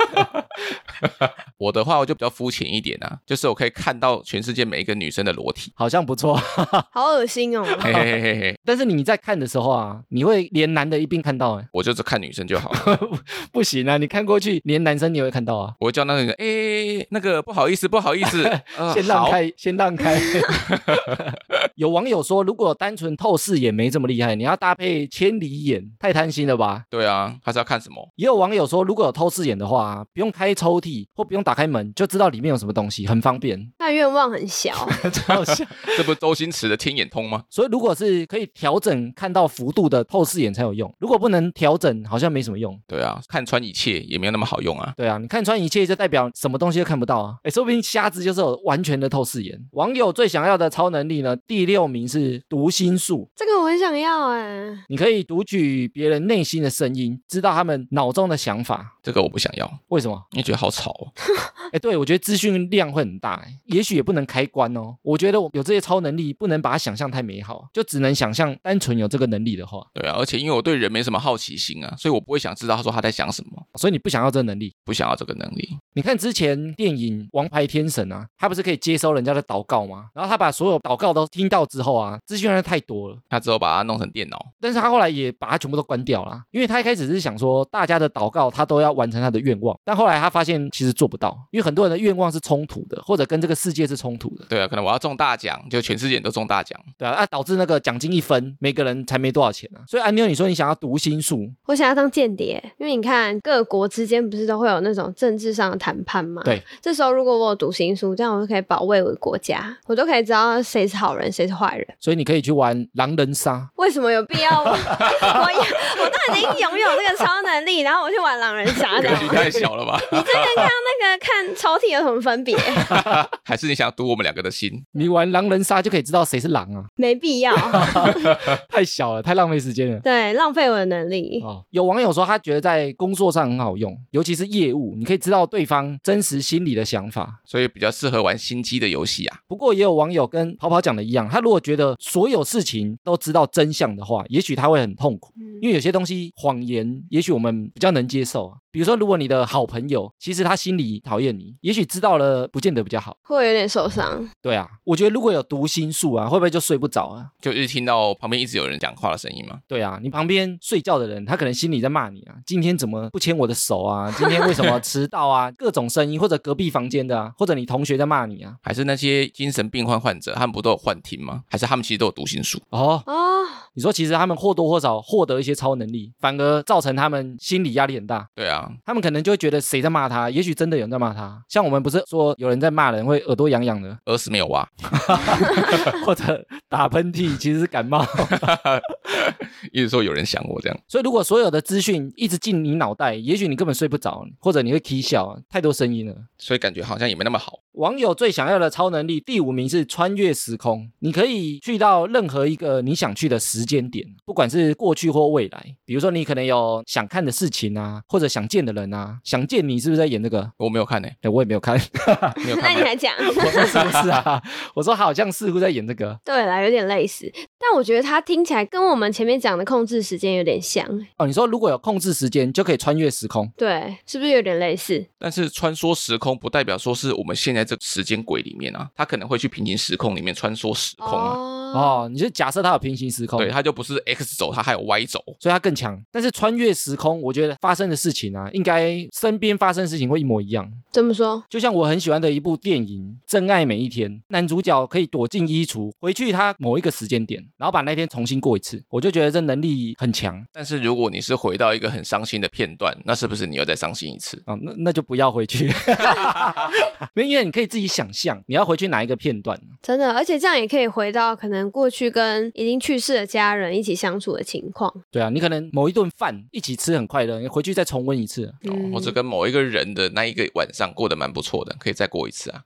[SPEAKER 3] 我的话我就比较肤浅一点啊，就是我可以看到全世界每一个女生的裸体。
[SPEAKER 1] 好像不错，
[SPEAKER 2] 好恶心哦！
[SPEAKER 3] 嘿嘿嘿嘿嘿，
[SPEAKER 1] 但是你在看的时候啊，你会连男的一并看到哎、
[SPEAKER 3] 我就只看女生就好了。
[SPEAKER 1] 不行啊，你看过去连男生你也会看到啊。
[SPEAKER 3] 我会叫那个人，哎、那个不好意思，不好意思，呃
[SPEAKER 1] 先让
[SPEAKER 3] 好
[SPEAKER 1] 开，先让开。 有网友说，如果单纯透视眼没这么厉害，你要搭配千里眼，太贪心了吧？
[SPEAKER 3] 对啊，他是要看什么？
[SPEAKER 1] 也有网友说，如果有透视眼的话啊，不用开抽屉或不用打开门，就知道里面有什么东西，很方 便。
[SPEAKER 2] 他愿望很小，
[SPEAKER 1] 超像
[SPEAKER 3] 这不是周星驰的《天眼通》吗？
[SPEAKER 1] 所以如果是可以调整看到幅度的透视眼才有用，如果不能调整，好像没什么用。
[SPEAKER 3] 对啊，看穿一切也没有那么好用啊。
[SPEAKER 1] 对啊，你看穿一切就代表什么东西都看不到啊！哎，说不定瞎子就是有完全的透视眼。网友最想要的超能力呢，第六名是读心术，
[SPEAKER 2] 这个我很想要哎、
[SPEAKER 1] 你可以读取别人内心的声音，知道他们脑中的想法。
[SPEAKER 3] 这个我不想要，
[SPEAKER 1] 为什么？
[SPEAKER 3] 因为觉得好吵、哦。
[SPEAKER 1] 哎，对我觉得资讯量会很大，诶也许也不能开关哦。我觉得我有这些超能力，不能把它想象太美好，就只能想象单纯有这个能力的话，
[SPEAKER 3] 对啊，而且因为我对人没什么好奇心啊，所以我不会想知道他说他在想什么，
[SPEAKER 1] 所以你不想要这个能力。
[SPEAKER 3] 不想要这个能力。
[SPEAKER 1] 你看之前电影《王牌天神》啊，他不是可以接收人家的祷告吗？然后他把所有祷告都听到之后啊，资讯量太多了，
[SPEAKER 3] 他之后把它弄成电脑，
[SPEAKER 1] 但是他后来也把它全部都关掉了，因为他一开始是想说大家的祷告他都要完成他的愿望，但后来他发现其实做不到，因为很多人的愿望是冲突的，或者跟这个世界是冲突的，
[SPEAKER 3] 对啊，可能我要中大奖，就全世界人都中大奖，
[SPEAKER 1] 对啊，啊导致那个奖金一分，每个人才没多少钱啊。所以安妞，你说你想要读心术，
[SPEAKER 2] 我想要当间谍，因为你看各国之间不是都会有那种政治上的谈判吗？
[SPEAKER 1] 对，
[SPEAKER 2] 这时候如果我有读心术，这样我就可以保卫我的国家，我都可以知道谁是好人，谁是坏人。
[SPEAKER 1] 所以你可以去玩狼人杀，
[SPEAKER 2] 为什么有必要我我我都已经拥有这个超能力，然后我去玩狼人杀这
[SPEAKER 3] 格
[SPEAKER 2] 样
[SPEAKER 3] 局
[SPEAKER 2] 吗？
[SPEAKER 3] 太小了吧？
[SPEAKER 2] 你这跟刚刚那个看抽屉有什么分别？
[SPEAKER 3] 还是你想读我们两个的心？
[SPEAKER 1] 你玩狼人杀就可以知道谁是狼啊，
[SPEAKER 2] 没必要，
[SPEAKER 1] 太小了，太浪费时间了。
[SPEAKER 2] 对，浪费我的能力。
[SPEAKER 1] 哦，有网友说他觉得在工作上很好用，尤其是业务，你可以知道对方真实心里的想法。
[SPEAKER 3] 所以比较适合玩心机的游戏啊。
[SPEAKER 1] 不过也有网友跟跑跑讲的一样，他如果觉得所有事情都知道真相的话，也许他会很痛苦，
[SPEAKER 2] 嗯
[SPEAKER 1] 因为有些东西谎言，也许我们比较能接受啊。比如说，如果你的好朋友其实他心里讨厌你，也许知道了不见得比较好。
[SPEAKER 2] 会有点受伤。
[SPEAKER 1] 对啊，我觉得如果有读心术啊，会不会就睡不着啊？
[SPEAKER 3] 就是听到旁边一直有人讲话的声音嘛。
[SPEAKER 1] 对啊，你旁边睡觉的人，他可能心里在骂你啊，今天怎么不牵我的手啊？今天为什么迟到啊？各种声音，或者隔壁房间的啊，或者你同学在骂你啊。
[SPEAKER 3] 还是那些精神病患患者，他们不都有幻听吗？还是他们其实都有读心术？
[SPEAKER 1] 哦，
[SPEAKER 2] 哦，
[SPEAKER 1] 你说其实他们或多或少获得一些超能力，反而造成他们心理压力很大。
[SPEAKER 3] 对啊，，
[SPEAKER 1] 他们可能就会觉得谁在骂他，也许真的有人在骂他。像我们不是说有人在骂人会耳朵痒痒的
[SPEAKER 3] 耳屎没有啊挖，
[SPEAKER 1] 或者打喷嚏其实是感冒。
[SPEAKER 3] 一直说有人想我这样。
[SPEAKER 1] 所以如果所有的资讯一直进你脑袋，也许你根本睡不着，或者你会 k 笑啊，太多声音了。
[SPEAKER 3] 所以感觉好像也没那么好。
[SPEAKER 1] 网友最想要的超能力第五名是穿越时空，你可以去到任何一个你想去的时间点，不管是过去或未来。比如说，你可能有想看的事情啊，或者想见的人啊，想见你是不是在演这个？
[SPEAKER 3] 我没有看呢、
[SPEAKER 1] 对，我也没有看，
[SPEAKER 3] 你有
[SPEAKER 2] 啊那
[SPEAKER 3] 看
[SPEAKER 2] 你
[SPEAKER 3] 吗？
[SPEAKER 2] 还讲？
[SPEAKER 1] 我说是不是啊？我说好像似乎在演这个
[SPEAKER 2] 对啦，有点类似，但我觉得它听起来跟我们前面讲的控制时间有点像。
[SPEAKER 1] 哦。你说如果有控制时间，就可以穿越时空。
[SPEAKER 2] 对，是不是有点类似？
[SPEAKER 3] 但是穿梭时空不代表说是我们现在这个时间轨里面啊，它可能会去平行时空里面穿梭时空啊。
[SPEAKER 2] 哦，
[SPEAKER 1] 哦，你就假设它有平行时空，
[SPEAKER 3] 对，它就不是 X 轴，它还有 Y 轴。
[SPEAKER 1] 所以它更强。但是穿越时空，我觉得发生的事情啊，应该身边发生的事情会一模一样。
[SPEAKER 2] 怎么说？
[SPEAKER 1] 就像我很喜欢的一部电影《真爱每一天》，男主角可以躲进衣橱，回去他某一个时间点，然后把那天重新过一次，我就觉得这能力很强
[SPEAKER 3] 但是如果你是回到一个很伤心的片段，那是不是你又再伤心一次？
[SPEAKER 1] 啊、那那就不要回去， 没有因为你可以自己想象你要回去哪一个片段。
[SPEAKER 2] 真的，而且这样也可以回到可能过去跟已经去世的家人一起相处的情况。
[SPEAKER 1] 对啊，你可能某一顿饭一起吃很快乐，你回去再重温一次。
[SPEAKER 2] 嗯
[SPEAKER 3] 哦，或者跟某一个人的那一个晚上过得蛮不错的，可以再过一次 啊。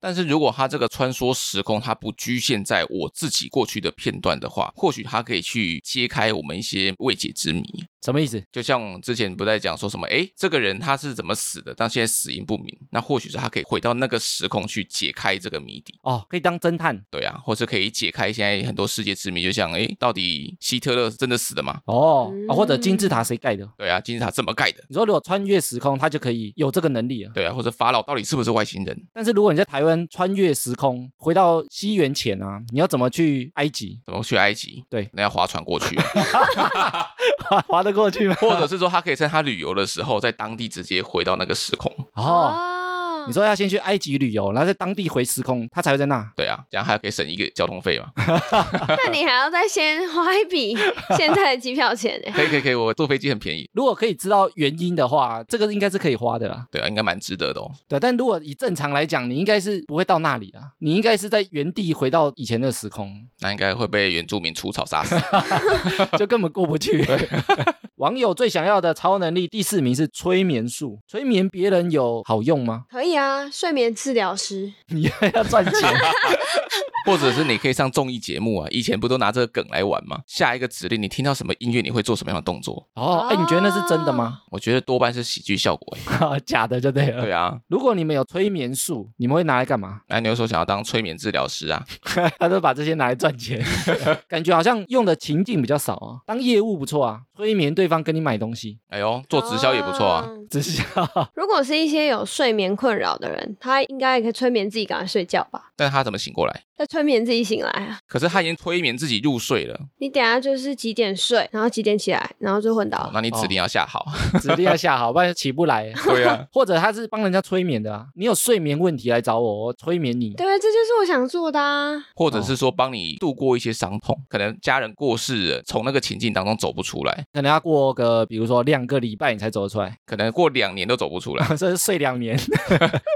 [SPEAKER 3] 但是如果他这个穿梭时空，它不局限在我自己过去的片段的话，或许它可以去揭开我们一些未解之谜。
[SPEAKER 1] 什么意思？
[SPEAKER 3] 就像之前不在讲说什么，诶，这个人他是怎么死的，但现在死因不明。那或许是他可以回到那个时空去解开这个谜底，
[SPEAKER 1] 哦，可以当侦探
[SPEAKER 3] 对啊，或是可以解开现在很多世界之谜。就像，诶，到底希特勒是真的死的吗？
[SPEAKER 1] 哦、
[SPEAKER 2] 嗯
[SPEAKER 1] 啊，或者金字塔谁盖的？
[SPEAKER 3] 对啊，金字塔这么盖的，
[SPEAKER 1] 你说如果穿越时空，他就可以有这个能力了。
[SPEAKER 3] 对啊，或者法老到底是不是外星人？
[SPEAKER 1] 但是如果你在台湾穿越时空，回到西元前啊，你要怎么去埃及？
[SPEAKER 3] 怎么去埃及？
[SPEAKER 1] 对
[SPEAKER 3] 那要划船过去啊、
[SPEAKER 1] 划 划得过去吗？
[SPEAKER 3] 或者是说他可以趁他旅游的时候，在当地直接回到那个时空。
[SPEAKER 1] 哦，
[SPEAKER 2] 哦
[SPEAKER 1] 你说要先去埃及旅游，然后在当地回时空，他才会在那。
[SPEAKER 3] 对啊，这样还可以省一个交通费嘛？
[SPEAKER 2] 那你还要再 先花一笔现在的机票钱欸呢？
[SPEAKER 3] 可以可以可以，我坐飞机很便宜。
[SPEAKER 1] 如果可以知道原因的话，这个应该是可以花的啦。
[SPEAKER 3] 对啊，应该蛮值得的哦。
[SPEAKER 1] 对，但如果以正常来讲，你应该是不会到那里啊，你应该是在原地回到以前的时空，
[SPEAKER 3] 那应该会被原住民除草杀死。
[SPEAKER 1] 就根本过不去。 网友最想要的超能力第四名是催眠术，催眠别人有好用吗？
[SPEAKER 2] 可以啊，睡眠治疗师。
[SPEAKER 1] 你又要 赚钱，
[SPEAKER 3] 或者是你可以上综艺节目啊，以前不都拿这个梗来玩吗？下一个指令，你听到什么音乐，你会做什么样的动作？
[SPEAKER 1] 哦，哎、你觉得那是真的吗？
[SPEAKER 3] 我觉得多半是喜剧效果。哎
[SPEAKER 1] 假的就哦对了。
[SPEAKER 3] 对啊，
[SPEAKER 1] 如果你们有催眠术，你们会拿来干嘛？
[SPEAKER 3] 那你有说想要当催眠治疗师啊？
[SPEAKER 1] 他都把这些拿来赚 钱，感觉好像用的情境比较少啊。当业务不错啊，催眠对方跟你买东西，
[SPEAKER 3] 哎呦，做直销也不错啊。
[SPEAKER 2] 哦
[SPEAKER 1] 只是
[SPEAKER 2] 如果是一些有睡眠困扰的人，他应该也可以催眠自己赶快睡觉吧？
[SPEAKER 3] 但他怎么醒过来？
[SPEAKER 2] 再催眠自己醒来啊！
[SPEAKER 3] 可是他已经催眠自己入睡了，
[SPEAKER 2] 你等下就是几点睡，然后几点起来，然后就昏倒
[SPEAKER 3] 哦
[SPEAKER 2] 了。
[SPEAKER 3] 那你指令要下好。
[SPEAKER 1] 指令要下好，不然起不来。
[SPEAKER 3] 对啊，
[SPEAKER 1] 或者他是帮人家催眠的啊，你有睡眠问题来找我，我催眠你。
[SPEAKER 2] 对，这就是我想做的啊！
[SPEAKER 3] 或者是说帮你度过一些伤痛，可能家人过世了，从那个情境当中走不出来，
[SPEAKER 1] 可能要过个，比如说两个礼拜你才走得出来，，
[SPEAKER 3] 可能过两年都走不出来
[SPEAKER 1] 这是睡两年。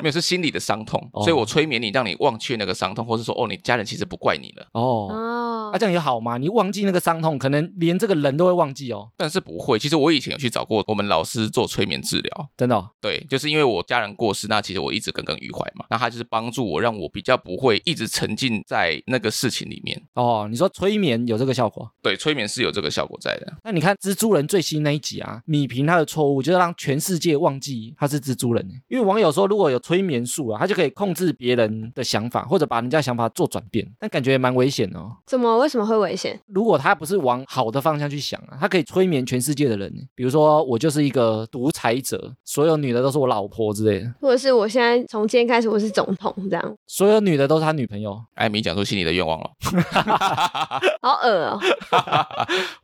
[SPEAKER 3] 没有是心理的伤痛，
[SPEAKER 1] 哦
[SPEAKER 3] 所以我催眠你，让你忘却那个伤痛，或是说哦，你家人其实不怪你了，
[SPEAKER 1] 哦，
[SPEAKER 2] 哦
[SPEAKER 1] 那、，这样也好嘛，你忘记那个伤痛，可能连这个人都会忘记哦，
[SPEAKER 3] 但是不会。其实我以前有去找过我们老师做催眠治疗，
[SPEAKER 1] 真的、哦。
[SPEAKER 3] 对，就是因为我家人过世，那其实我一直耿耿于怀嘛，那他就是帮助我，让我比较不会一直沉浸在那个事情里面。
[SPEAKER 1] 哦，你说催眠有这个效果？
[SPEAKER 3] 对，催眠是有这个效果在的。
[SPEAKER 1] 那你看蜘蛛人最新那一集啊，米平他的错误就是让全世界忘记他是欸蜘蛛人，因为网友说如果有催眠术啊，他就可以控制别人的想法，或者把人家想法做转变，但感觉也蛮危险的哦。
[SPEAKER 2] 怎么为什么会危险？
[SPEAKER 1] 如果他不是往好的方向去想啊，他可以催眠全世界的人。欸比如说，我就是一个独裁者，所有女的都是我老婆之类的，
[SPEAKER 2] 或者是我现在从今天开始我是总统这样，
[SPEAKER 1] 所有女的都是他女朋友。
[SPEAKER 3] 艾米讲出心里的愿望了。
[SPEAKER 2] 好恶哦、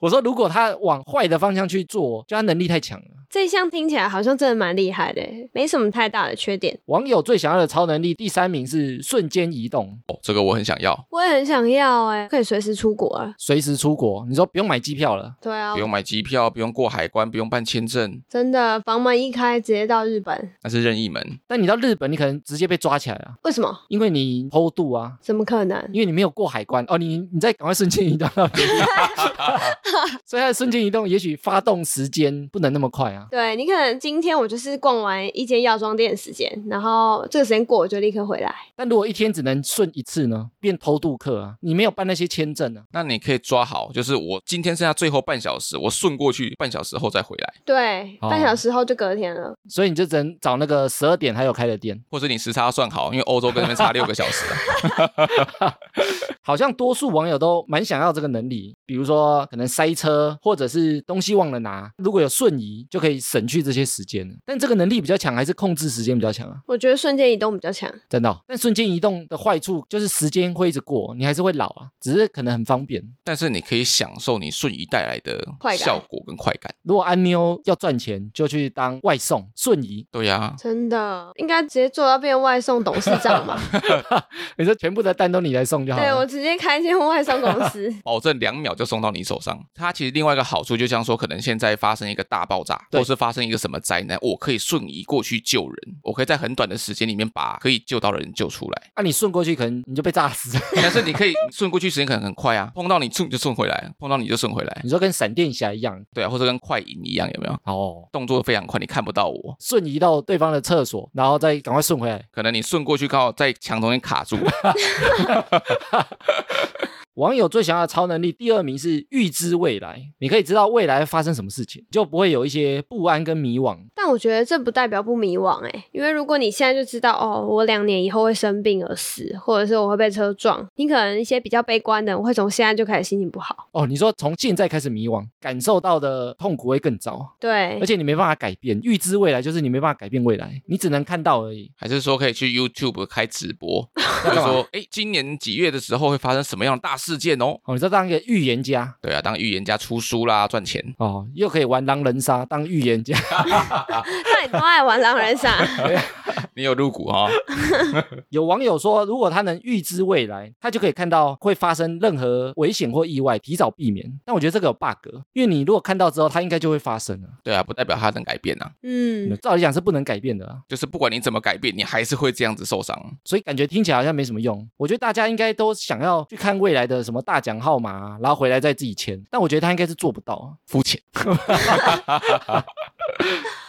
[SPEAKER 1] 我说，如果他往坏的方向去做，就他能力太强了。
[SPEAKER 2] 这一项听起来好像真的蛮厉害的耶，没什么太大的缺点。
[SPEAKER 1] 网友最想要的超能力第三名是瞬间移动，
[SPEAKER 3] 哦，这个我很想要，
[SPEAKER 2] 我也很想要哎，可以随时出国啊。
[SPEAKER 1] 随时出国。你说不用买机票了，
[SPEAKER 2] 对啊
[SPEAKER 3] 不，用买机票，不用过海关，不用办签证，
[SPEAKER 2] 真的房门一开直接到日本，
[SPEAKER 3] 那是任意门。
[SPEAKER 1] 但你到日本，你可能直接被抓起来啊，
[SPEAKER 2] 为什么？
[SPEAKER 1] 因为你偷渡啊。
[SPEAKER 2] 怎么可能？
[SPEAKER 1] 因为你没有过海关哦，你你再赶快瞬间移动到别地方， 所以它的瞬间移动也许发动时间不能那么快啊。
[SPEAKER 2] 对你可能今天我就是逛完一间药妆店的时间，然后这个时间过我就立刻回来。
[SPEAKER 1] 但如果一天只能顺一次呢，变偷渡客啊，你没有办那些签证啊，
[SPEAKER 3] 那你可以抓好，就是我今天剩下最后半小时，我顺过去，半小时后再回来，
[SPEAKER 2] 对，
[SPEAKER 1] 哦
[SPEAKER 2] 半小时后就隔天了。
[SPEAKER 1] 所以你就只能找那个十二点还有开的店。
[SPEAKER 3] 或者你时差算好，因为欧洲跟那边差六个小时啊。
[SPEAKER 1] 好像多数网友都蛮想要这个能力，比如说可能塞车或者是东西忘了拿，如果有瞬移就可以省去这些时间。但这个能力比较强，还是控制时间比较强啊？
[SPEAKER 2] 我觉得瞬间移动比较强。
[SPEAKER 1] 真的哦、但瞬间移动的坏处就是时间会一直过，你还是会老啊，只是可能很方便。
[SPEAKER 3] 但是你可以享受你瞬移带来的
[SPEAKER 2] 快感
[SPEAKER 3] 效果跟快感。
[SPEAKER 1] 如果安妞要赚钱，就去当外送瞬移，
[SPEAKER 3] 对呀、啊，
[SPEAKER 2] 真的应该直接做到变外送董事长 嘛？
[SPEAKER 1] 你说全部的单都你来送就好
[SPEAKER 2] 对我
[SPEAKER 1] 了。
[SPEAKER 2] 直接开一间外送公司，
[SPEAKER 3] 保证两秒就送到你手上。它其实另外一个好处，就像说，可能现在发生一个大爆炸，
[SPEAKER 1] 对
[SPEAKER 3] 或是发生一个什么灾难，我可以瞬移过去救人，我可以在很短的时间里面把可以救到的人救出来。
[SPEAKER 1] 啊那、你顺过去，可能你就被炸死。
[SPEAKER 3] 但是你可以顺过去时间可能很快啊，碰到你蹭就顺回来，碰到你就顺回来，
[SPEAKER 1] 你说跟闪电侠一样
[SPEAKER 3] 对啊，或者跟快银一样，有没有？
[SPEAKER 1] 哦，
[SPEAKER 3] 动作非常快，你看不到我，
[SPEAKER 1] 瞬移到对方的厕所，然后再赶快顺回来。
[SPEAKER 3] 可能你顺过去刚好在墙中间卡住，
[SPEAKER 1] 网友最想要的超能力，第二名是预知未来，你可以知道未来会发生什么事情，就不会有一些不安跟迷惘。
[SPEAKER 2] 但我觉得这不代表不迷惘哎、因为如果你现在就知道哦，我两年以后会生病而死，或者是我会被车撞，你可能一些比较悲观的人会从现在就开始心情不好。
[SPEAKER 1] 哦，你说从现在开始迷惘，感受到的痛苦会更糟，
[SPEAKER 2] 对
[SPEAKER 1] 而，且你没办法改变。预知未来就是你没办法改变未来，你只能看到而已。
[SPEAKER 3] 还是说可以去 YouTube 开直播，就说哎，诶今年几月的时候会发生什么样的大事件哦？
[SPEAKER 1] 哦，你说当一个预言家。
[SPEAKER 3] 对啊，当预言家出书啦，赚钱。
[SPEAKER 1] 哦，又可以玩狼人杀当预言家，
[SPEAKER 2] 那你都爱玩狼人杀，
[SPEAKER 3] 你有入股哈、
[SPEAKER 1] 有网友说，如果他能预知未来，他就可以看到会发生任何危险或意外，提早避免。但我觉得这个有 bug，因为你如果看到之后，它应该就会发生了。
[SPEAKER 3] 对啊，不代表它能改变啊，
[SPEAKER 2] 嗯，
[SPEAKER 1] 照理讲是不能改变的、啊。
[SPEAKER 3] 就是不管你怎么改变，你还是会这样子受伤。
[SPEAKER 1] 所以感觉听起来好像没什么用。我觉得大家应该都想要去看未来的什么大奖号码、啊，然后回来再自己签，但我觉得他应该是做不到啊。
[SPEAKER 3] 肤浅，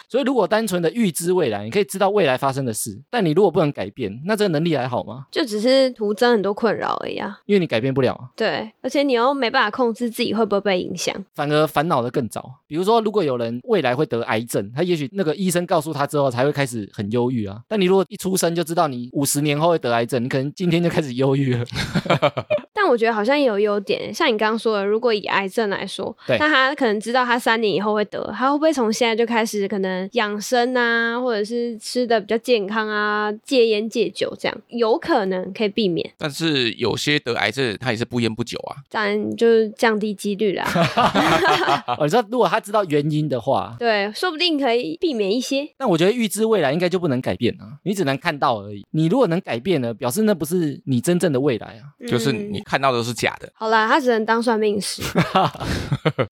[SPEAKER 1] 所以如果单纯的预知未来，你可以知道未来发生的事，但你如果不能改变，那这个能力还好吗？
[SPEAKER 2] 就只是徒增很多困扰而已啊。
[SPEAKER 1] 因为你改变不了啊，
[SPEAKER 2] 对，而且你又没办法控制自己会不会被影响。
[SPEAKER 1] 反而烦恼的更早。比如说，如果有人未来会得癌症，他也许那个医生告诉他之后才会开始很忧郁啊。但你如果一出生就知道你五十年后会得癌症，你可能今天就开始忧郁了。
[SPEAKER 2] 但我觉得好像也有优点，像你刚刚说的，如果以癌症来说，
[SPEAKER 1] 对
[SPEAKER 2] 那他可能知道他三年以后会得，他会不会从现在就开始可能养生啊，或者是吃的比较健康啊，戒烟戒酒这样，有可能可以避免，
[SPEAKER 3] 但是有些得癌症，它也是不烟不酒啊。
[SPEAKER 2] 当然就是降低几率啦。
[SPEAKER 1] 哦，你说如果他知道原因的话，
[SPEAKER 2] 对，说不定可以避免一些。
[SPEAKER 1] 但我觉得预知未来应该就不能改变啊，你只能看到而已。你如果能改变了，表示那不是你真正的未来 啊，
[SPEAKER 3] 就是
[SPEAKER 2] 嗯
[SPEAKER 3] 你看到的是假的，
[SPEAKER 2] 好啦，他只能当算命师。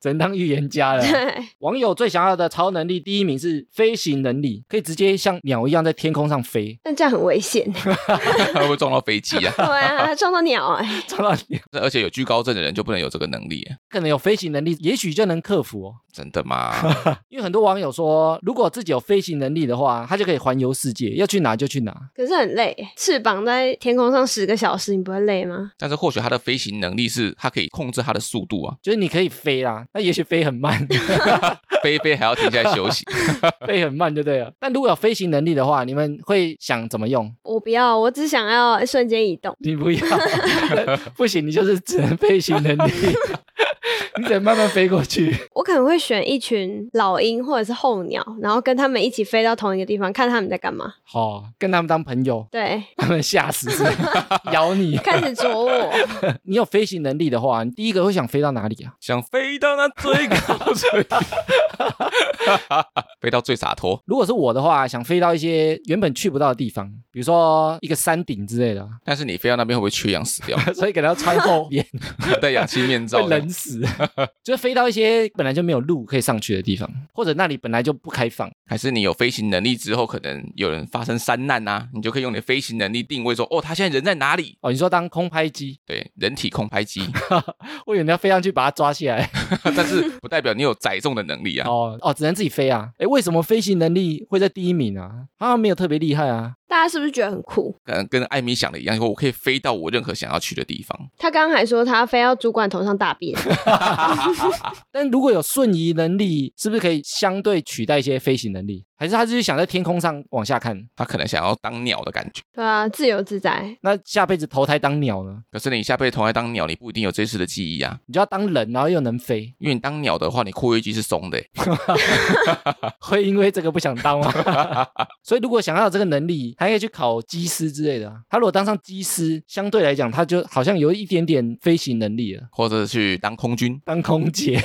[SPEAKER 1] 只能当预言家了。啊
[SPEAKER 3] 啊
[SPEAKER 2] 对，
[SPEAKER 1] 网友最想要的超能力，第一名是飞行能力，可以直接像鸟一样在天空上飞，
[SPEAKER 2] 但这样很危 险。
[SPEAKER 3] 会不会撞到飞机啊？
[SPEAKER 2] 对啊，他撞到鸟哎、
[SPEAKER 1] 撞到你。
[SPEAKER 3] 而且有惧高症的人就不能有这个能力，
[SPEAKER 1] 可能有飞行能力，也许就能克服哦。
[SPEAKER 3] 真的吗？
[SPEAKER 1] 因为很多网友说，如果自己有飞行能力的话，他就可以环游世界，要去哪就去哪。
[SPEAKER 2] 可是很累欸，翅膀在天空上十个小时，你不会累吗？
[SPEAKER 3] 但是或许他的飞行能力是他可以控制他的速度啊。
[SPEAKER 1] 就是你可以飞啦，那也许飞很慢，
[SPEAKER 3] 飞一飞还要停下来休息。
[SPEAKER 1] 飞很慢就对了。但如果有飞行能力的话，你们会想怎么用？
[SPEAKER 2] 我不要，我只想要瞬间移动。
[SPEAKER 1] 你不要， 不行，你就是只能飞行能力， 你得慢慢飞过去。
[SPEAKER 2] 我可能会选一群老鹰或者是候鸟，然后跟他们一起飞到同一个地方，看他们在干嘛。
[SPEAKER 1] 好、跟他们当朋友，
[SPEAKER 2] 对，
[SPEAKER 1] 他们吓死是不是 咬你。
[SPEAKER 2] 开始 啄我。
[SPEAKER 1] 你有飞行能力的话，你第一个会想飞到哪里啊？
[SPEAKER 3] 想飞到那最高最低， 飞到最洒脱。
[SPEAKER 1] 如果是我的话，想飞到一些原本去不到的地方，比如说一个山顶之类的啊，
[SPEAKER 3] 但是你飞到那边会不会缺氧死掉？
[SPEAKER 1] 所以可能要穿 厚点，
[SPEAKER 3] 戴氧气面
[SPEAKER 1] 会
[SPEAKER 3] 罩，
[SPEAKER 1] 冷死。 就是飞到一些本来就没有路可以上去的地方，或者那里本来就不开放。
[SPEAKER 3] 还是你有飞行能力之后，可能有人发生山难啊，你就可以用你的飞行能力定位说，哦，他现在人在哪里？
[SPEAKER 1] 哦，你说当空拍机，
[SPEAKER 3] 对，人体空拍机，
[SPEAKER 1] 我以为你要飞上去把它抓起 来。
[SPEAKER 3] 但是不代表你有载重的能力啊。
[SPEAKER 1] 哦哦，只能自己飞啊。哎，为什么飞行能力会在第一名啊？好像没有特别厉害啊。
[SPEAKER 2] 大家是不是觉得很酷？
[SPEAKER 3] 可能跟艾米想的一样，我可以飞到我任何想要去的地方。
[SPEAKER 2] 他刚刚还说他非要主管头上大 便，
[SPEAKER 1] 但如果有瞬移能力，是不是可以相对取代一些飞行能力？还是他就是想在天空上往下看？
[SPEAKER 3] 他可能想要当鸟的感觉，
[SPEAKER 2] 对啊，自由自在。
[SPEAKER 1] 那下辈子投胎当鸟呢？
[SPEAKER 3] 可是你下辈子投胎当鸟，你不一定有这次的记忆啊。
[SPEAKER 1] 你就要当人，然后又能飞，
[SPEAKER 3] 因为你当鸟的话，你括约肌是松的欸，
[SPEAKER 1] 会因为这个不想当吗？ 所以如果想要有这个能力，还可以去考机师之类的啊。他如果当上机师，相对来讲，他就好像有一点点飞行能力了。、
[SPEAKER 3] 或者去当空军
[SPEAKER 1] 当空姐，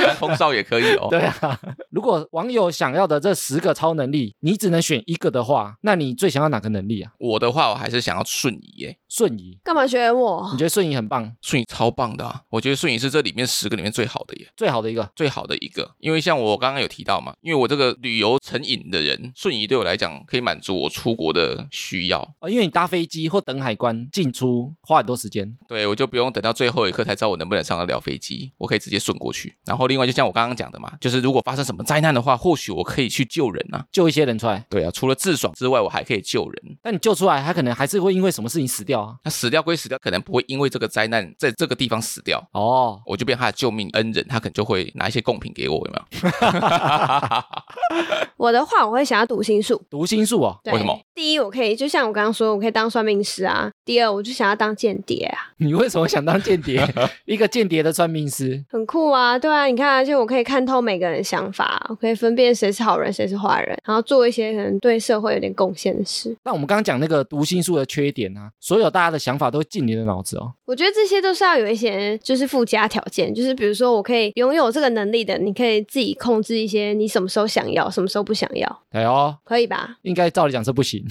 [SPEAKER 3] 当空少也可以哦。
[SPEAKER 1] 对啊。如果网友想要的这十个超能力，你只能选一个的话，那你最想要哪个能力啊？
[SPEAKER 3] 我的话，我还是想要瞬移，哎，
[SPEAKER 1] 瞬移，
[SPEAKER 2] 干嘛选我
[SPEAKER 1] 你？觉得瞬移很棒，
[SPEAKER 3] 瞬移超棒的啊！我觉得瞬移是这里面十个里面最好的耶，
[SPEAKER 1] 最好的一个。
[SPEAKER 3] 最好的一个。因为像我刚刚有提到嘛，因为我这个旅游成瘾的人，瞬移对我来讲可以满足我出国的需要，
[SPEAKER 1] 哦，因为你搭飞机或等海关进出花很多时间，
[SPEAKER 3] 对我就不用等到最后一刻才知道我能不能上得了飞机，我可以直接顺过去。然后另外就像我刚刚讲的嘛，就是如果发生什么灾难的话，或许我可以去救人啊。
[SPEAKER 1] 救一些人出来，
[SPEAKER 3] 对啊，除了自爽之外，我还可以救人。
[SPEAKER 1] 但你救出来，他可能还是会因为什么事情死掉啊。
[SPEAKER 3] 他死掉归死掉，可能不会因为这个灾难在这个地方死掉，
[SPEAKER 1] 哦，
[SPEAKER 3] 我就变他的救命恩人，他可能就会拿一些贡品给我，有没有？
[SPEAKER 2] 我的话，我会想要读心术。
[SPEAKER 1] 读心术哦，
[SPEAKER 2] 对
[SPEAKER 3] 为什么？
[SPEAKER 2] 第一，我可以就像我刚刚说，我可以当算命师啊。第二，我就想要当间谍啊，
[SPEAKER 1] 你为什么想当间谍？ 一个间谍的算命师，
[SPEAKER 2] 很酷啊。对啊，你看啊，而且我可以看透每个人的想法，啊我可以分辨谁是好人，谁是坏人，然后做一些可能对社会有点贡献的事。
[SPEAKER 1] 那我们刚刚讲那个读心术的缺点啊，所有大家的想法都进你的脑子哦。
[SPEAKER 2] 我觉得这些都是要有一些就是附加条件，就是比如说我可以拥有这个能力的，你可以自己控制一些你什么时候想要，什么时候不想要，
[SPEAKER 1] 哎呦，
[SPEAKER 2] 可以吧？
[SPEAKER 1] 应该照理讲是不行。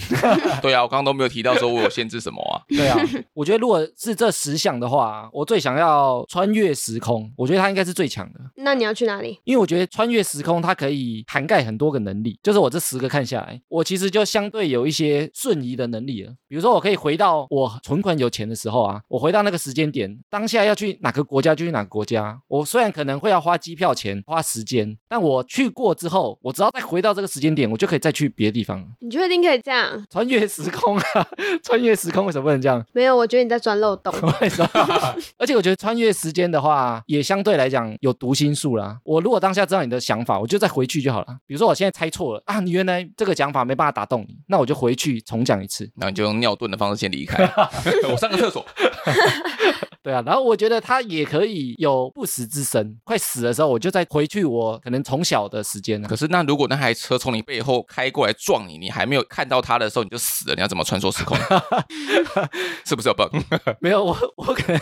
[SPEAKER 3] 对啊，我刚刚都没有提到说我有限制什么啊。
[SPEAKER 1] 对啊，我觉得如果是这十项的话，啊我最想要穿越时空，我觉得他应该是最强的。
[SPEAKER 2] 那你要去哪里？
[SPEAKER 1] 因为我觉得穿越时空它可以涵盖很多个能力，就是我这十个看下来，我其实就相对有一些瞬移的能力了。比如说，我可以回到我存款有钱的时候啊，我回到那个时间点，当下要去哪个国家就去哪个国家。我虽然可能会要花机票钱、花时间，但我去过之后，我只要再回到这个时间点，我就可以再去别的地方了。
[SPEAKER 2] 你确定可以这样？
[SPEAKER 1] 穿越时空啊， 穿越时空为什么不能这样？
[SPEAKER 2] 没有，我觉得你在钻漏 洞。
[SPEAKER 1] 为什么？而且我觉得穿越时间的话，也相对来讲有读心术啦。我如果当下知道你的想法，我就再回去就好了。比如说我现在猜错了啊，你原来这个讲法没办法打动你，那我就回去重讲一次。
[SPEAKER 3] 然后你就用尿遁的方式先离开， 我上个厕所。
[SPEAKER 1] 对啊，然后我觉得他也可以有不死之身，快死的时候我就再回去我可能从小的时间啊
[SPEAKER 3] 可。是那如果那台车从你背后开过来撞你，你还没有看到它的时候你就死了，你要怎么穿梭时空？ 是不是有 bug？
[SPEAKER 1] 没有我，我可能，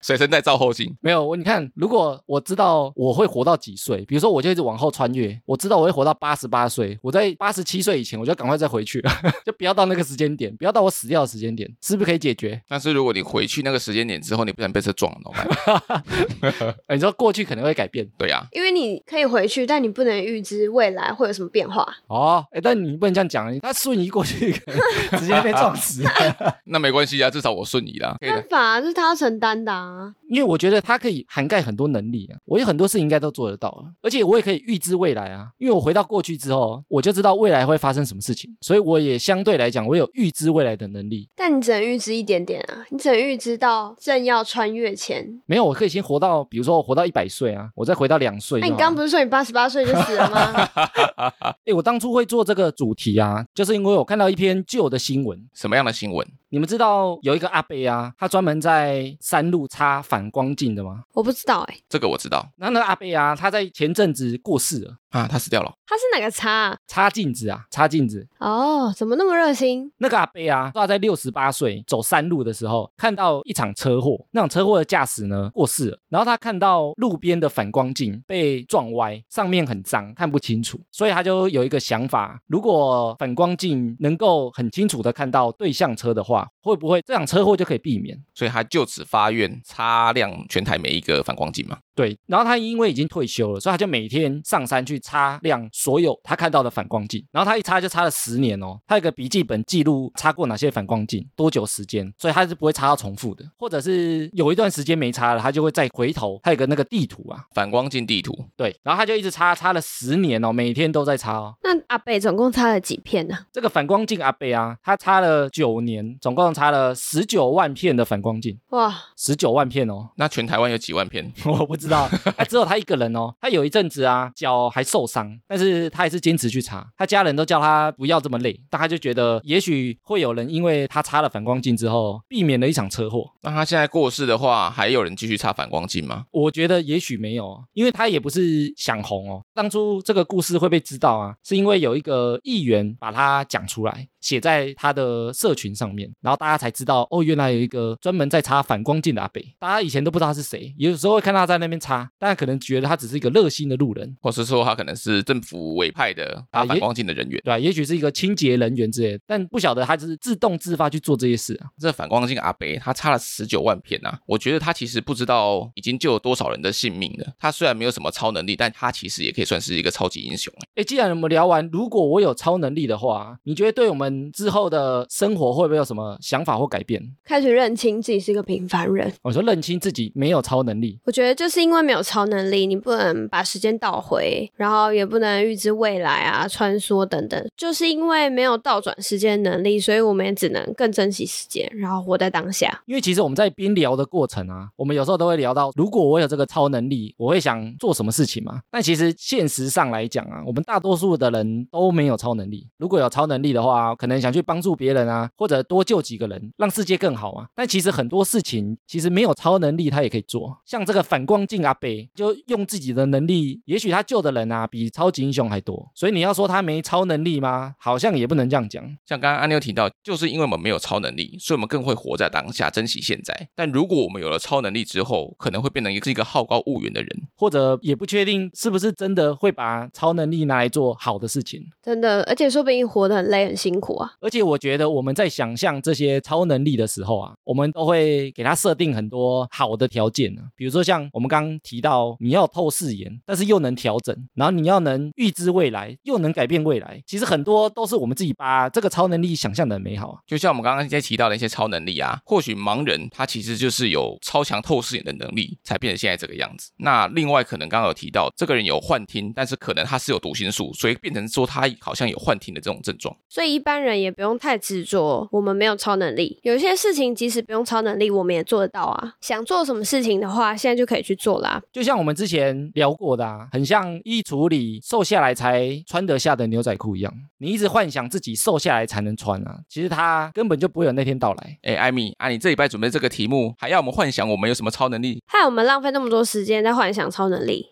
[SPEAKER 3] 随身带照后镜
[SPEAKER 1] 没有我。你看，如果我知道我会活到几岁，比如说我就一直往后穿越，我知道我会活到八十八岁，我在八十七岁以前我就赶快再回去了， 就不要到那个时间点，不要到我死掉的时间点，是不是可以解决？
[SPEAKER 3] 但是如果你回去那个时间点之后，你不小心被车撞了，怎么办？
[SPEAKER 1] 呃你说过去可能会改变
[SPEAKER 3] 对啊呀、
[SPEAKER 2] 因为你可以回去，但你不能预知未来会有什么变化。
[SPEAKER 1] 哦，哎，但你不能这样讲，他瞬移过去可能直接被撞死。
[SPEAKER 3] 那没关系啊，至少我瞬移啦，可以的
[SPEAKER 2] 办。法，啊这是他要承担的啊。
[SPEAKER 1] 因为我觉得它可以涵盖很多能力啊，我有很多事情应该都做得到啊，而且我也可以预知未未来啊，因为我回到过去之后，我就知道未来会发生什么事情，所以我也相对来讲，我有预知未来的能力。
[SPEAKER 2] 但你只能预知一点点啊，你只能预知到正要穿越前。
[SPEAKER 1] 没有，我可以先活到，比如说我活到一百岁啊，我再回到两岁就好
[SPEAKER 2] 那、
[SPEAKER 1] 了。
[SPEAKER 2] 你刚刚不是说你八十八岁就死了吗？
[SPEAKER 1] 哎，我当初会做这个主题啊，就是因为我看到一篇旧的新闻，
[SPEAKER 3] 什么样的新闻？
[SPEAKER 1] 你们知道有一个阿伯啊，他专门在山路擦反光镜的吗？
[SPEAKER 2] 我不知道哎、
[SPEAKER 3] 这个我知道
[SPEAKER 1] 然后那个阿伯啊，他在前阵子过世了，
[SPEAKER 3] 啊，他死掉了。
[SPEAKER 2] 他是哪个叉啊？
[SPEAKER 1] 擦镜子啊，擦镜子。
[SPEAKER 2] 哦，怎么那么热心？
[SPEAKER 1] 那个阿伯啊，他在六十八岁走山路的时候，看到一场车祸，那场车祸的驾驶呢过世了，然后他看到路边的反光镜被撞歪，上面很脏，看不清楚，所以他就有一个想法：如果反光镜能够很清楚的看到对向车的话，会不会这场车祸就可以避免？
[SPEAKER 3] 所以他就此发愿擦亮全台每一个反光镜嘛。
[SPEAKER 1] 对，然后他因为已经退休了，所以他就每天上山去擦亮所有他看到的反光镜。然后他一擦就擦了十年哦，他有个笔记本记录擦过哪些反光镜，多久时间，所以他是不会擦到重复的。或者是有一段时间没擦了，他就会再回头。他有个那个地图啊，
[SPEAKER 3] 反光镜地图，
[SPEAKER 1] 对，然后他就一直擦，擦了十年哦，每天都在擦哦。
[SPEAKER 2] 那阿北总共擦了几片呢、
[SPEAKER 1] 这个反光镜阿贝啊，他擦了九年，总共擦了十九万片的反光镜，
[SPEAKER 2] 哇，
[SPEAKER 1] 十九万片哦。
[SPEAKER 3] 那全台湾有几万片？
[SPEAKER 1] 我不知道，他只有他一个人哦。他有一阵子啊，脚还受伤，但是他还是坚持去擦。他家人都叫他不要这么累，但他就觉得也许会有人因为他擦了反光镜之后，避免了一场车祸。
[SPEAKER 3] 那他现在过世的话，还有人继续擦反光镜吗？
[SPEAKER 1] 我觉得也许没有，哦因为他也不是想红哦。当初这个故事会被知道啊，是因为有一个议员把他讲出来，写在他的社群上面，然后大家才知道哦，原来有一个专门在擦反光镜的阿北。大家以前都不知道他是谁，有时候会看他在那边擦，大家可能觉得他只是一个热心的路人。
[SPEAKER 3] 或是说他可能是政府委派的
[SPEAKER 1] 啊
[SPEAKER 3] 擦
[SPEAKER 1] 也
[SPEAKER 3] 反光镜的人员？
[SPEAKER 1] 对吧、也许是一个清洁人员之类的，但不晓得他就是自动自发去做这些事啊。
[SPEAKER 3] 这反光镜阿北他擦了十九万片啊！我觉得他其实不知道已经救了多少人的性命了。他虽然没有什么超能力，但他其实也可以算是一个超级英雄。欸
[SPEAKER 1] 哎，既然我们聊完，如果我有超能力的话，啊你觉得对我们之后的生活会不会有什么想法或改变？
[SPEAKER 2] 开始认清自己是个平凡人。
[SPEAKER 1] 我说认清自己没有超能力，
[SPEAKER 2] 我觉得就是因为没有超能力，你不能把时间倒回，然后也不能预知未来啊、穿梭等等。就是因为没有倒转时间的能力，所以我们也只能更珍惜时间，然后活在当下。
[SPEAKER 1] 因为其实我们在边聊的过程啊，我们有时候都会聊到，如果我有这个超能力，我会想做什么事情嘛？但其实现实上来讲啊，我们大多数的人都没有超能力。如果有超能力的话，可能想去帮助别人啊，或者多救几个人，让世界更好啊。但其实很多事情其实没有超能力，他也可以做。像这个反光镜阿北，就用自己的能力，也许他救的人啊比超级英雄还多。所以你要说他没超能力吗？好像也不能这样讲。
[SPEAKER 3] 像刚刚安妞提到，就是因为我们没有超能力，所以我们更会活在当下，珍惜现在。但如果我们有了超能力之后，可能会变成一个是一个好高骛远的人。
[SPEAKER 1] 或者也不确定是不是真的会把超能力拿来做好的事情。
[SPEAKER 2] 真的，而且说不定活得很累、很辛苦啊。
[SPEAKER 1] 而且我觉得我们在想象这些超能力的时候啊，我们都会给它设定很多好的条件啊，比如说像我们刚刚提到，你要透视眼，但是又能调整，然后你要能预知未来，又能改变未来。其实很多都是我们自己把这个超能力想象的很美好啊。
[SPEAKER 3] 就像我们刚刚在提到的一些超能力啊，或许盲人他其实就是有超强透视眼的能力，才变成现在这个样子。那另外可能刚刚有提到，这个人有幻听，但是可能他是有读心术，所以变成说他好像有幻听的这种症状。
[SPEAKER 2] 所以一般人也不用太执着，我们没有超能力，有些事情即使不用超能力，我们也做得到啊。想做什么事情的话，现在就可以去做啦。
[SPEAKER 1] 就像我们之前聊过的啊，很像衣橱里瘦下来才穿得下的牛仔裤一样，你一直幻想自己瘦下来才能穿啊，其实它根本就不会有那天到来。
[SPEAKER 3] 哎，艾米啊，你这礼拜准备这个题目，还要我们幻想我们有什么超能力？
[SPEAKER 2] 害我们浪费那么多时间在幻想超能力。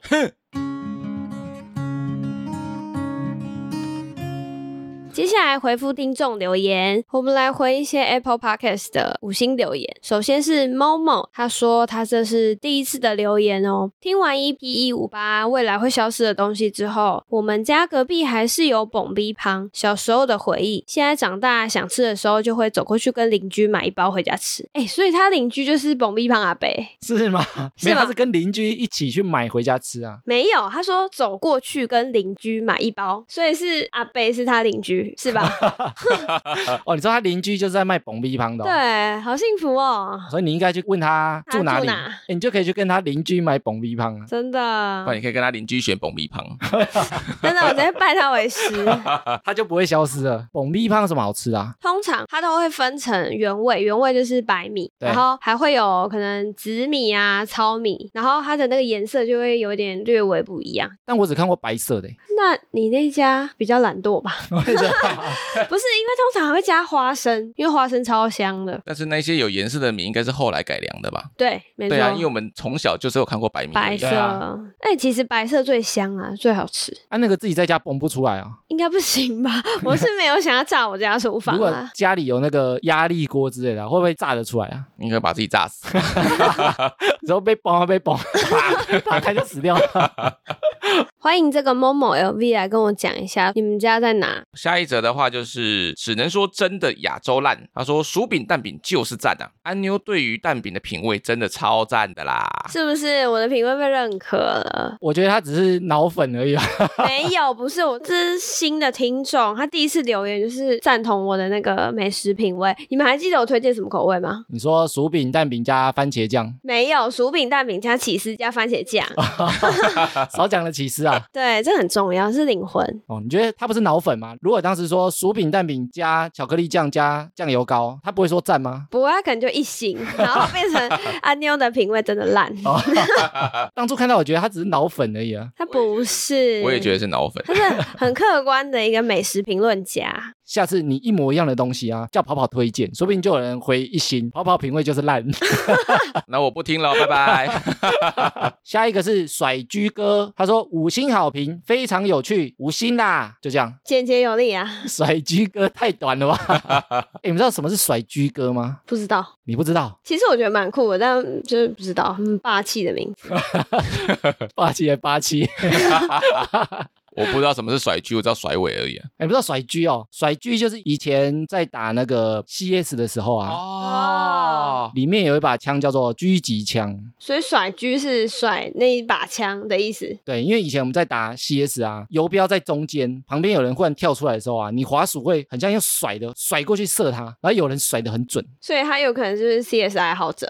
[SPEAKER 2] 接下来回复听众留言，我们来回一些 Apple Podcast 的五星留言。首先是 Momo，他说他这是第一次的留言哦。听完 EP 一五八未来会消失的东西之后，我们家隔壁还是有蹦逼旁小时候的回忆。现在长大想吃的时候，就会走过去跟邻居买一包回家吃。哎、所以他邻居就是蹦逼旁阿北。
[SPEAKER 1] 是吗？
[SPEAKER 2] 是
[SPEAKER 1] 没有，他
[SPEAKER 2] 吗
[SPEAKER 1] 是跟邻居一起去买回家吃啊。
[SPEAKER 2] 没有，他说走过去跟邻居买一包，所以是阿贝是他邻居，居是吧？
[SPEAKER 1] 哦，你知道他邻居就是在卖蹦逼乓的、哦，，
[SPEAKER 2] 对，好幸福哦，
[SPEAKER 1] 所以你应该去问他
[SPEAKER 2] 他
[SPEAKER 1] 住哪
[SPEAKER 2] 住
[SPEAKER 1] 里，
[SPEAKER 2] 哪
[SPEAKER 1] 诶你就可以去跟他邻居买蹦逼乓啊。
[SPEAKER 2] 真
[SPEAKER 3] 不然
[SPEAKER 2] 的
[SPEAKER 3] 你，可以跟他邻居选蹦米胖，
[SPEAKER 2] 真的，我直接拜他为师。
[SPEAKER 1] 它就不会消失了。蹦米胖有什么好吃啊？
[SPEAKER 2] 通常它都会分成原味，原味就是白米，
[SPEAKER 1] 对
[SPEAKER 2] 然后还会有可能紫米啊、糙米，然后它的那个颜色就会有点略微不一样。
[SPEAKER 1] 但我只看过白 色的、欸
[SPEAKER 2] 那你那家比较懒惰吧？
[SPEAKER 1] 我也觉得
[SPEAKER 2] 不是，因为通常还会加花生，因为花生超香的。
[SPEAKER 3] 但是那些有颜色的米应该是后来改良的吧？
[SPEAKER 2] 对，没错，
[SPEAKER 3] 对啊，因为我们从小就只有看过白米而
[SPEAKER 2] 白
[SPEAKER 3] 已
[SPEAKER 2] 色。
[SPEAKER 3] 啊，
[SPEAKER 1] 对
[SPEAKER 2] 哎、
[SPEAKER 1] 啊
[SPEAKER 2] 其实白色最香啊，最好吃，
[SPEAKER 1] 啊，那个自己在家蹦不出来 啊。
[SPEAKER 2] 应该不行 吧？我是没有想要炸我家厨
[SPEAKER 1] 如
[SPEAKER 2] 房
[SPEAKER 1] 果
[SPEAKER 2] 啊。
[SPEAKER 1] 家里有那个压力锅之类的啊，会不会炸得出来啊？
[SPEAKER 3] 应该把自己炸死。
[SPEAKER 1] 然后被崩啊被崩，啪打开就死掉了。
[SPEAKER 2] 欢迎这个 Momo LV 来跟我讲一下，你们家在哪？
[SPEAKER 3] 下一则的话就是，只能说真的亚洲烂。他说薯饼蛋饼就是赞啊，安妞对于蛋饼的品味真的超赞的啦。
[SPEAKER 1] 啊
[SPEAKER 2] 是不是我的品味被认可 了？
[SPEAKER 1] 我觉得他只是脑粉而已啊。
[SPEAKER 2] 没有，不是我，这是新的听众，他第一次留言就是赞同我的那个美食品味。你们还记得我推荐什么口味吗？
[SPEAKER 1] 你说薯饼、蛋饼加番茄 酱，
[SPEAKER 2] 没有，薯饼、蛋饼加起司加番茄酱，
[SPEAKER 1] 啊少讲了起司啊。
[SPEAKER 2] 对，这很重要，是灵魂。
[SPEAKER 1] 哦，你觉得他不是脑粉吗？如果当时说薯饼、蛋饼加巧克力酱加酱油膏，他不会说赞吗？
[SPEAKER 2] 不过他可能就 一星，然后变成阿妞的品味真的烂，
[SPEAKER 1] 哦当初看到我觉得他只是脑粉而已啊。
[SPEAKER 2] 他不是。
[SPEAKER 3] 我也觉得是脑粉。
[SPEAKER 2] 他是很客观的一个美食评论家，
[SPEAKER 1] 下次你一模一样的东西啊，叫跑跑推荐，说不定就有人回一星。跑跑品味就是烂。
[SPEAKER 3] 那我不听了，拜拜。
[SPEAKER 1] 下一个是甩居哥，他说五星好评，非常有趣，五星啦，就这样。
[SPEAKER 2] 简洁有力啊！
[SPEAKER 1] 甩居哥太短了吧？哎、你们知道什么是甩居哥吗？
[SPEAKER 2] 不知道，
[SPEAKER 1] 你不知 道，
[SPEAKER 2] 其实我觉得蛮酷的，但就是不知道，很霸气的名字。
[SPEAKER 1] 霸气还霸气。
[SPEAKER 3] 我不知道什么是甩狙，我知道甩尾而已、啊。
[SPEAKER 1] 哎、你不知道甩居哦，甩居就是以前在打那个 CS 的时候啊。
[SPEAKER 3] 哦
[SPEAKER 2] 哦，
[SPEAKER 1] 里面有一把枪叫做狙击枪，
[SPEAKER 2] 所以甩狙是甩那一把枪的意思。
[SPEAKER 1] 对，因为以前我们在打 CS 啊，游标在中间，旁边有人忽然跳出来的时候啊，你滑鼠会很像用甩的甩过去射他，然后有人甩的很准，
[SPEAKER 2] 所以他有可能就是 CS 爱好者，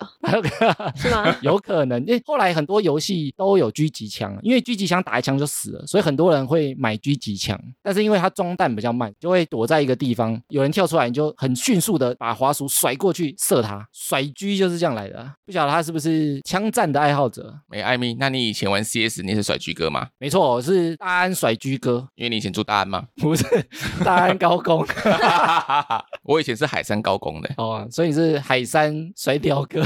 [SPEAKER 2] 是吗
[SPEAKER 1] ？有可能，因为后来很多游戏都有狙击枪，因为狙击枪打一枪就死了，所以很多人会买狙击枪。但是因为它装弹比较慢，就会躲在一个地方，有人跳出来，你就很迅速的把滑鼠甩过去射他，甩狙就是这样来的啊。不晓得他是不是枪战的爱好者？
[SPEAKER 3] 没哎艾米，那你以前玩 CS 你是甩狙哥吗？
[SPEAKER 1] 没错，我是大安甩狙哥，
[SPEAKER 3] 因为你以前住大安吗？
[SPEAKER 1] 不是大安高工
[SPEAKER 3] 我以前是海山高工的。
[SPEAKER 1] 哦，所以你是海山甩屌哥。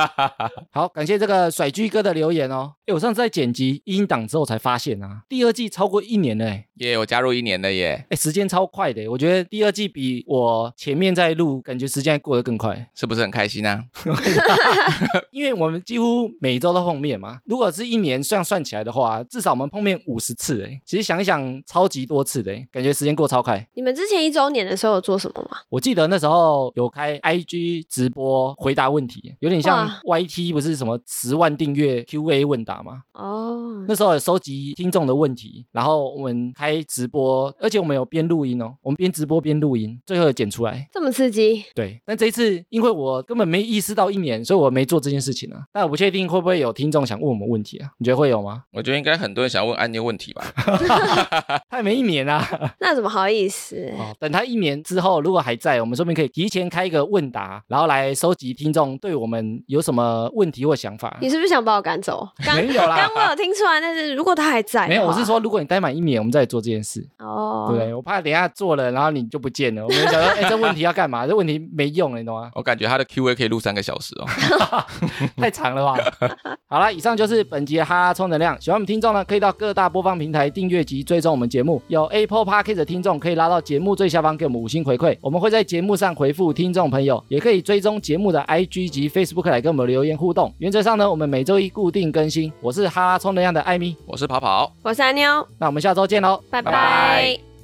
[SPEAKER 1] 好，感谢这个甩狙哥的留言哦。哎，我上次在剪辑音档之后才发现啊，第二季超过一年了哎。
[SPEAKER 3] 耶、我加入一年了耶，
[SPEAKER 1] 哎，时间超快的，我觉得第二季比我前面在录，感觉时间过得更快，
[SPEAKER 3] 是不是很开心啊？
[SPEAKER 1] 因为我们几乎每周都碰面嘛。如果是一年这样算起来的话，至少我们碰面五十次，哎，其实想一想，超级多次的，哎感觉时间过超快。
[SPEAKER 2] 你们之前一周年的时候有做什么吗？
[SPEAKER 1] 我记得那时候有开 IG 直播回答问题，有点像
[SPEAKER 2] 哇
[SPEAKER 1] YT 不是什么十万订阅 QA 问答吗？
[SPEAKER 2] 哦、
[SPEAKER 1] 那时候有收集听众的问题，然后我们开直播，而且我们有边录音哦，我们边直播边录音，最后有剪出来。
[SPEAKER 2] 这么刺激，
[SPEAKER 1] 对，但这一次因为我根本没意识到一年，所以我没做这件事情啊。但我不确定会不会有听众想问我们问题啊？你觉得会有吗？
[SPEAKER 3] 我觉得应该很多人想要问安妞问题吧。
[SPEAKER 1] 他也没一年啊，
[SPEAKER 2] 那怎么好意思？
[SPEAKER 1] 哦，等他一年之后，如果还在，我们说不定可以提前开一个问答，然后来收集听众对我们有什么问题或想法。
[SPEAKER 2] 你是不是想把我赶走？刚
[SPEAKER 1] 没有啦
[SPEAKER 2] 刚我有听出来，但是如果他还在的话，
[SPEAKER 1] 没有，我是说，如果你待满一年，我们再做这件事，
[SPEAKER 2] 哦
[SPEAKER 1] 对不对？我怕等一下做了，然后你就不见了。我们想说，哎，这问题要干嘛？这问题没用了，你懂吗？
[SPEAKER 3] 我感觉他的 Q&A 可以录三个小时哦。
[SPEAKER 1] 太长了吧？好了，以上就是本集的哈哈充能量。喜欢我们听众呢，可以到各大播放平台订阅及追踪我们节目。有 Apple Podcast 的听众可以拉到节目最下方给我们五星回馈，我们会在节目上回复听众朋友，也可以追踪节目的 IG 及 Facebook 来跟我们留言互动。原则上呢，我们每周一固定更新。我是哈哈充能量的艾米，
[SPEAKER 3] 我是跑跑。
[SPEAKER 2] 我是阿妞，
[SPEAKER 1] 那我们下周见喽，
[SPEAKER 2] 拜
[SPEAKER 3] 拜拜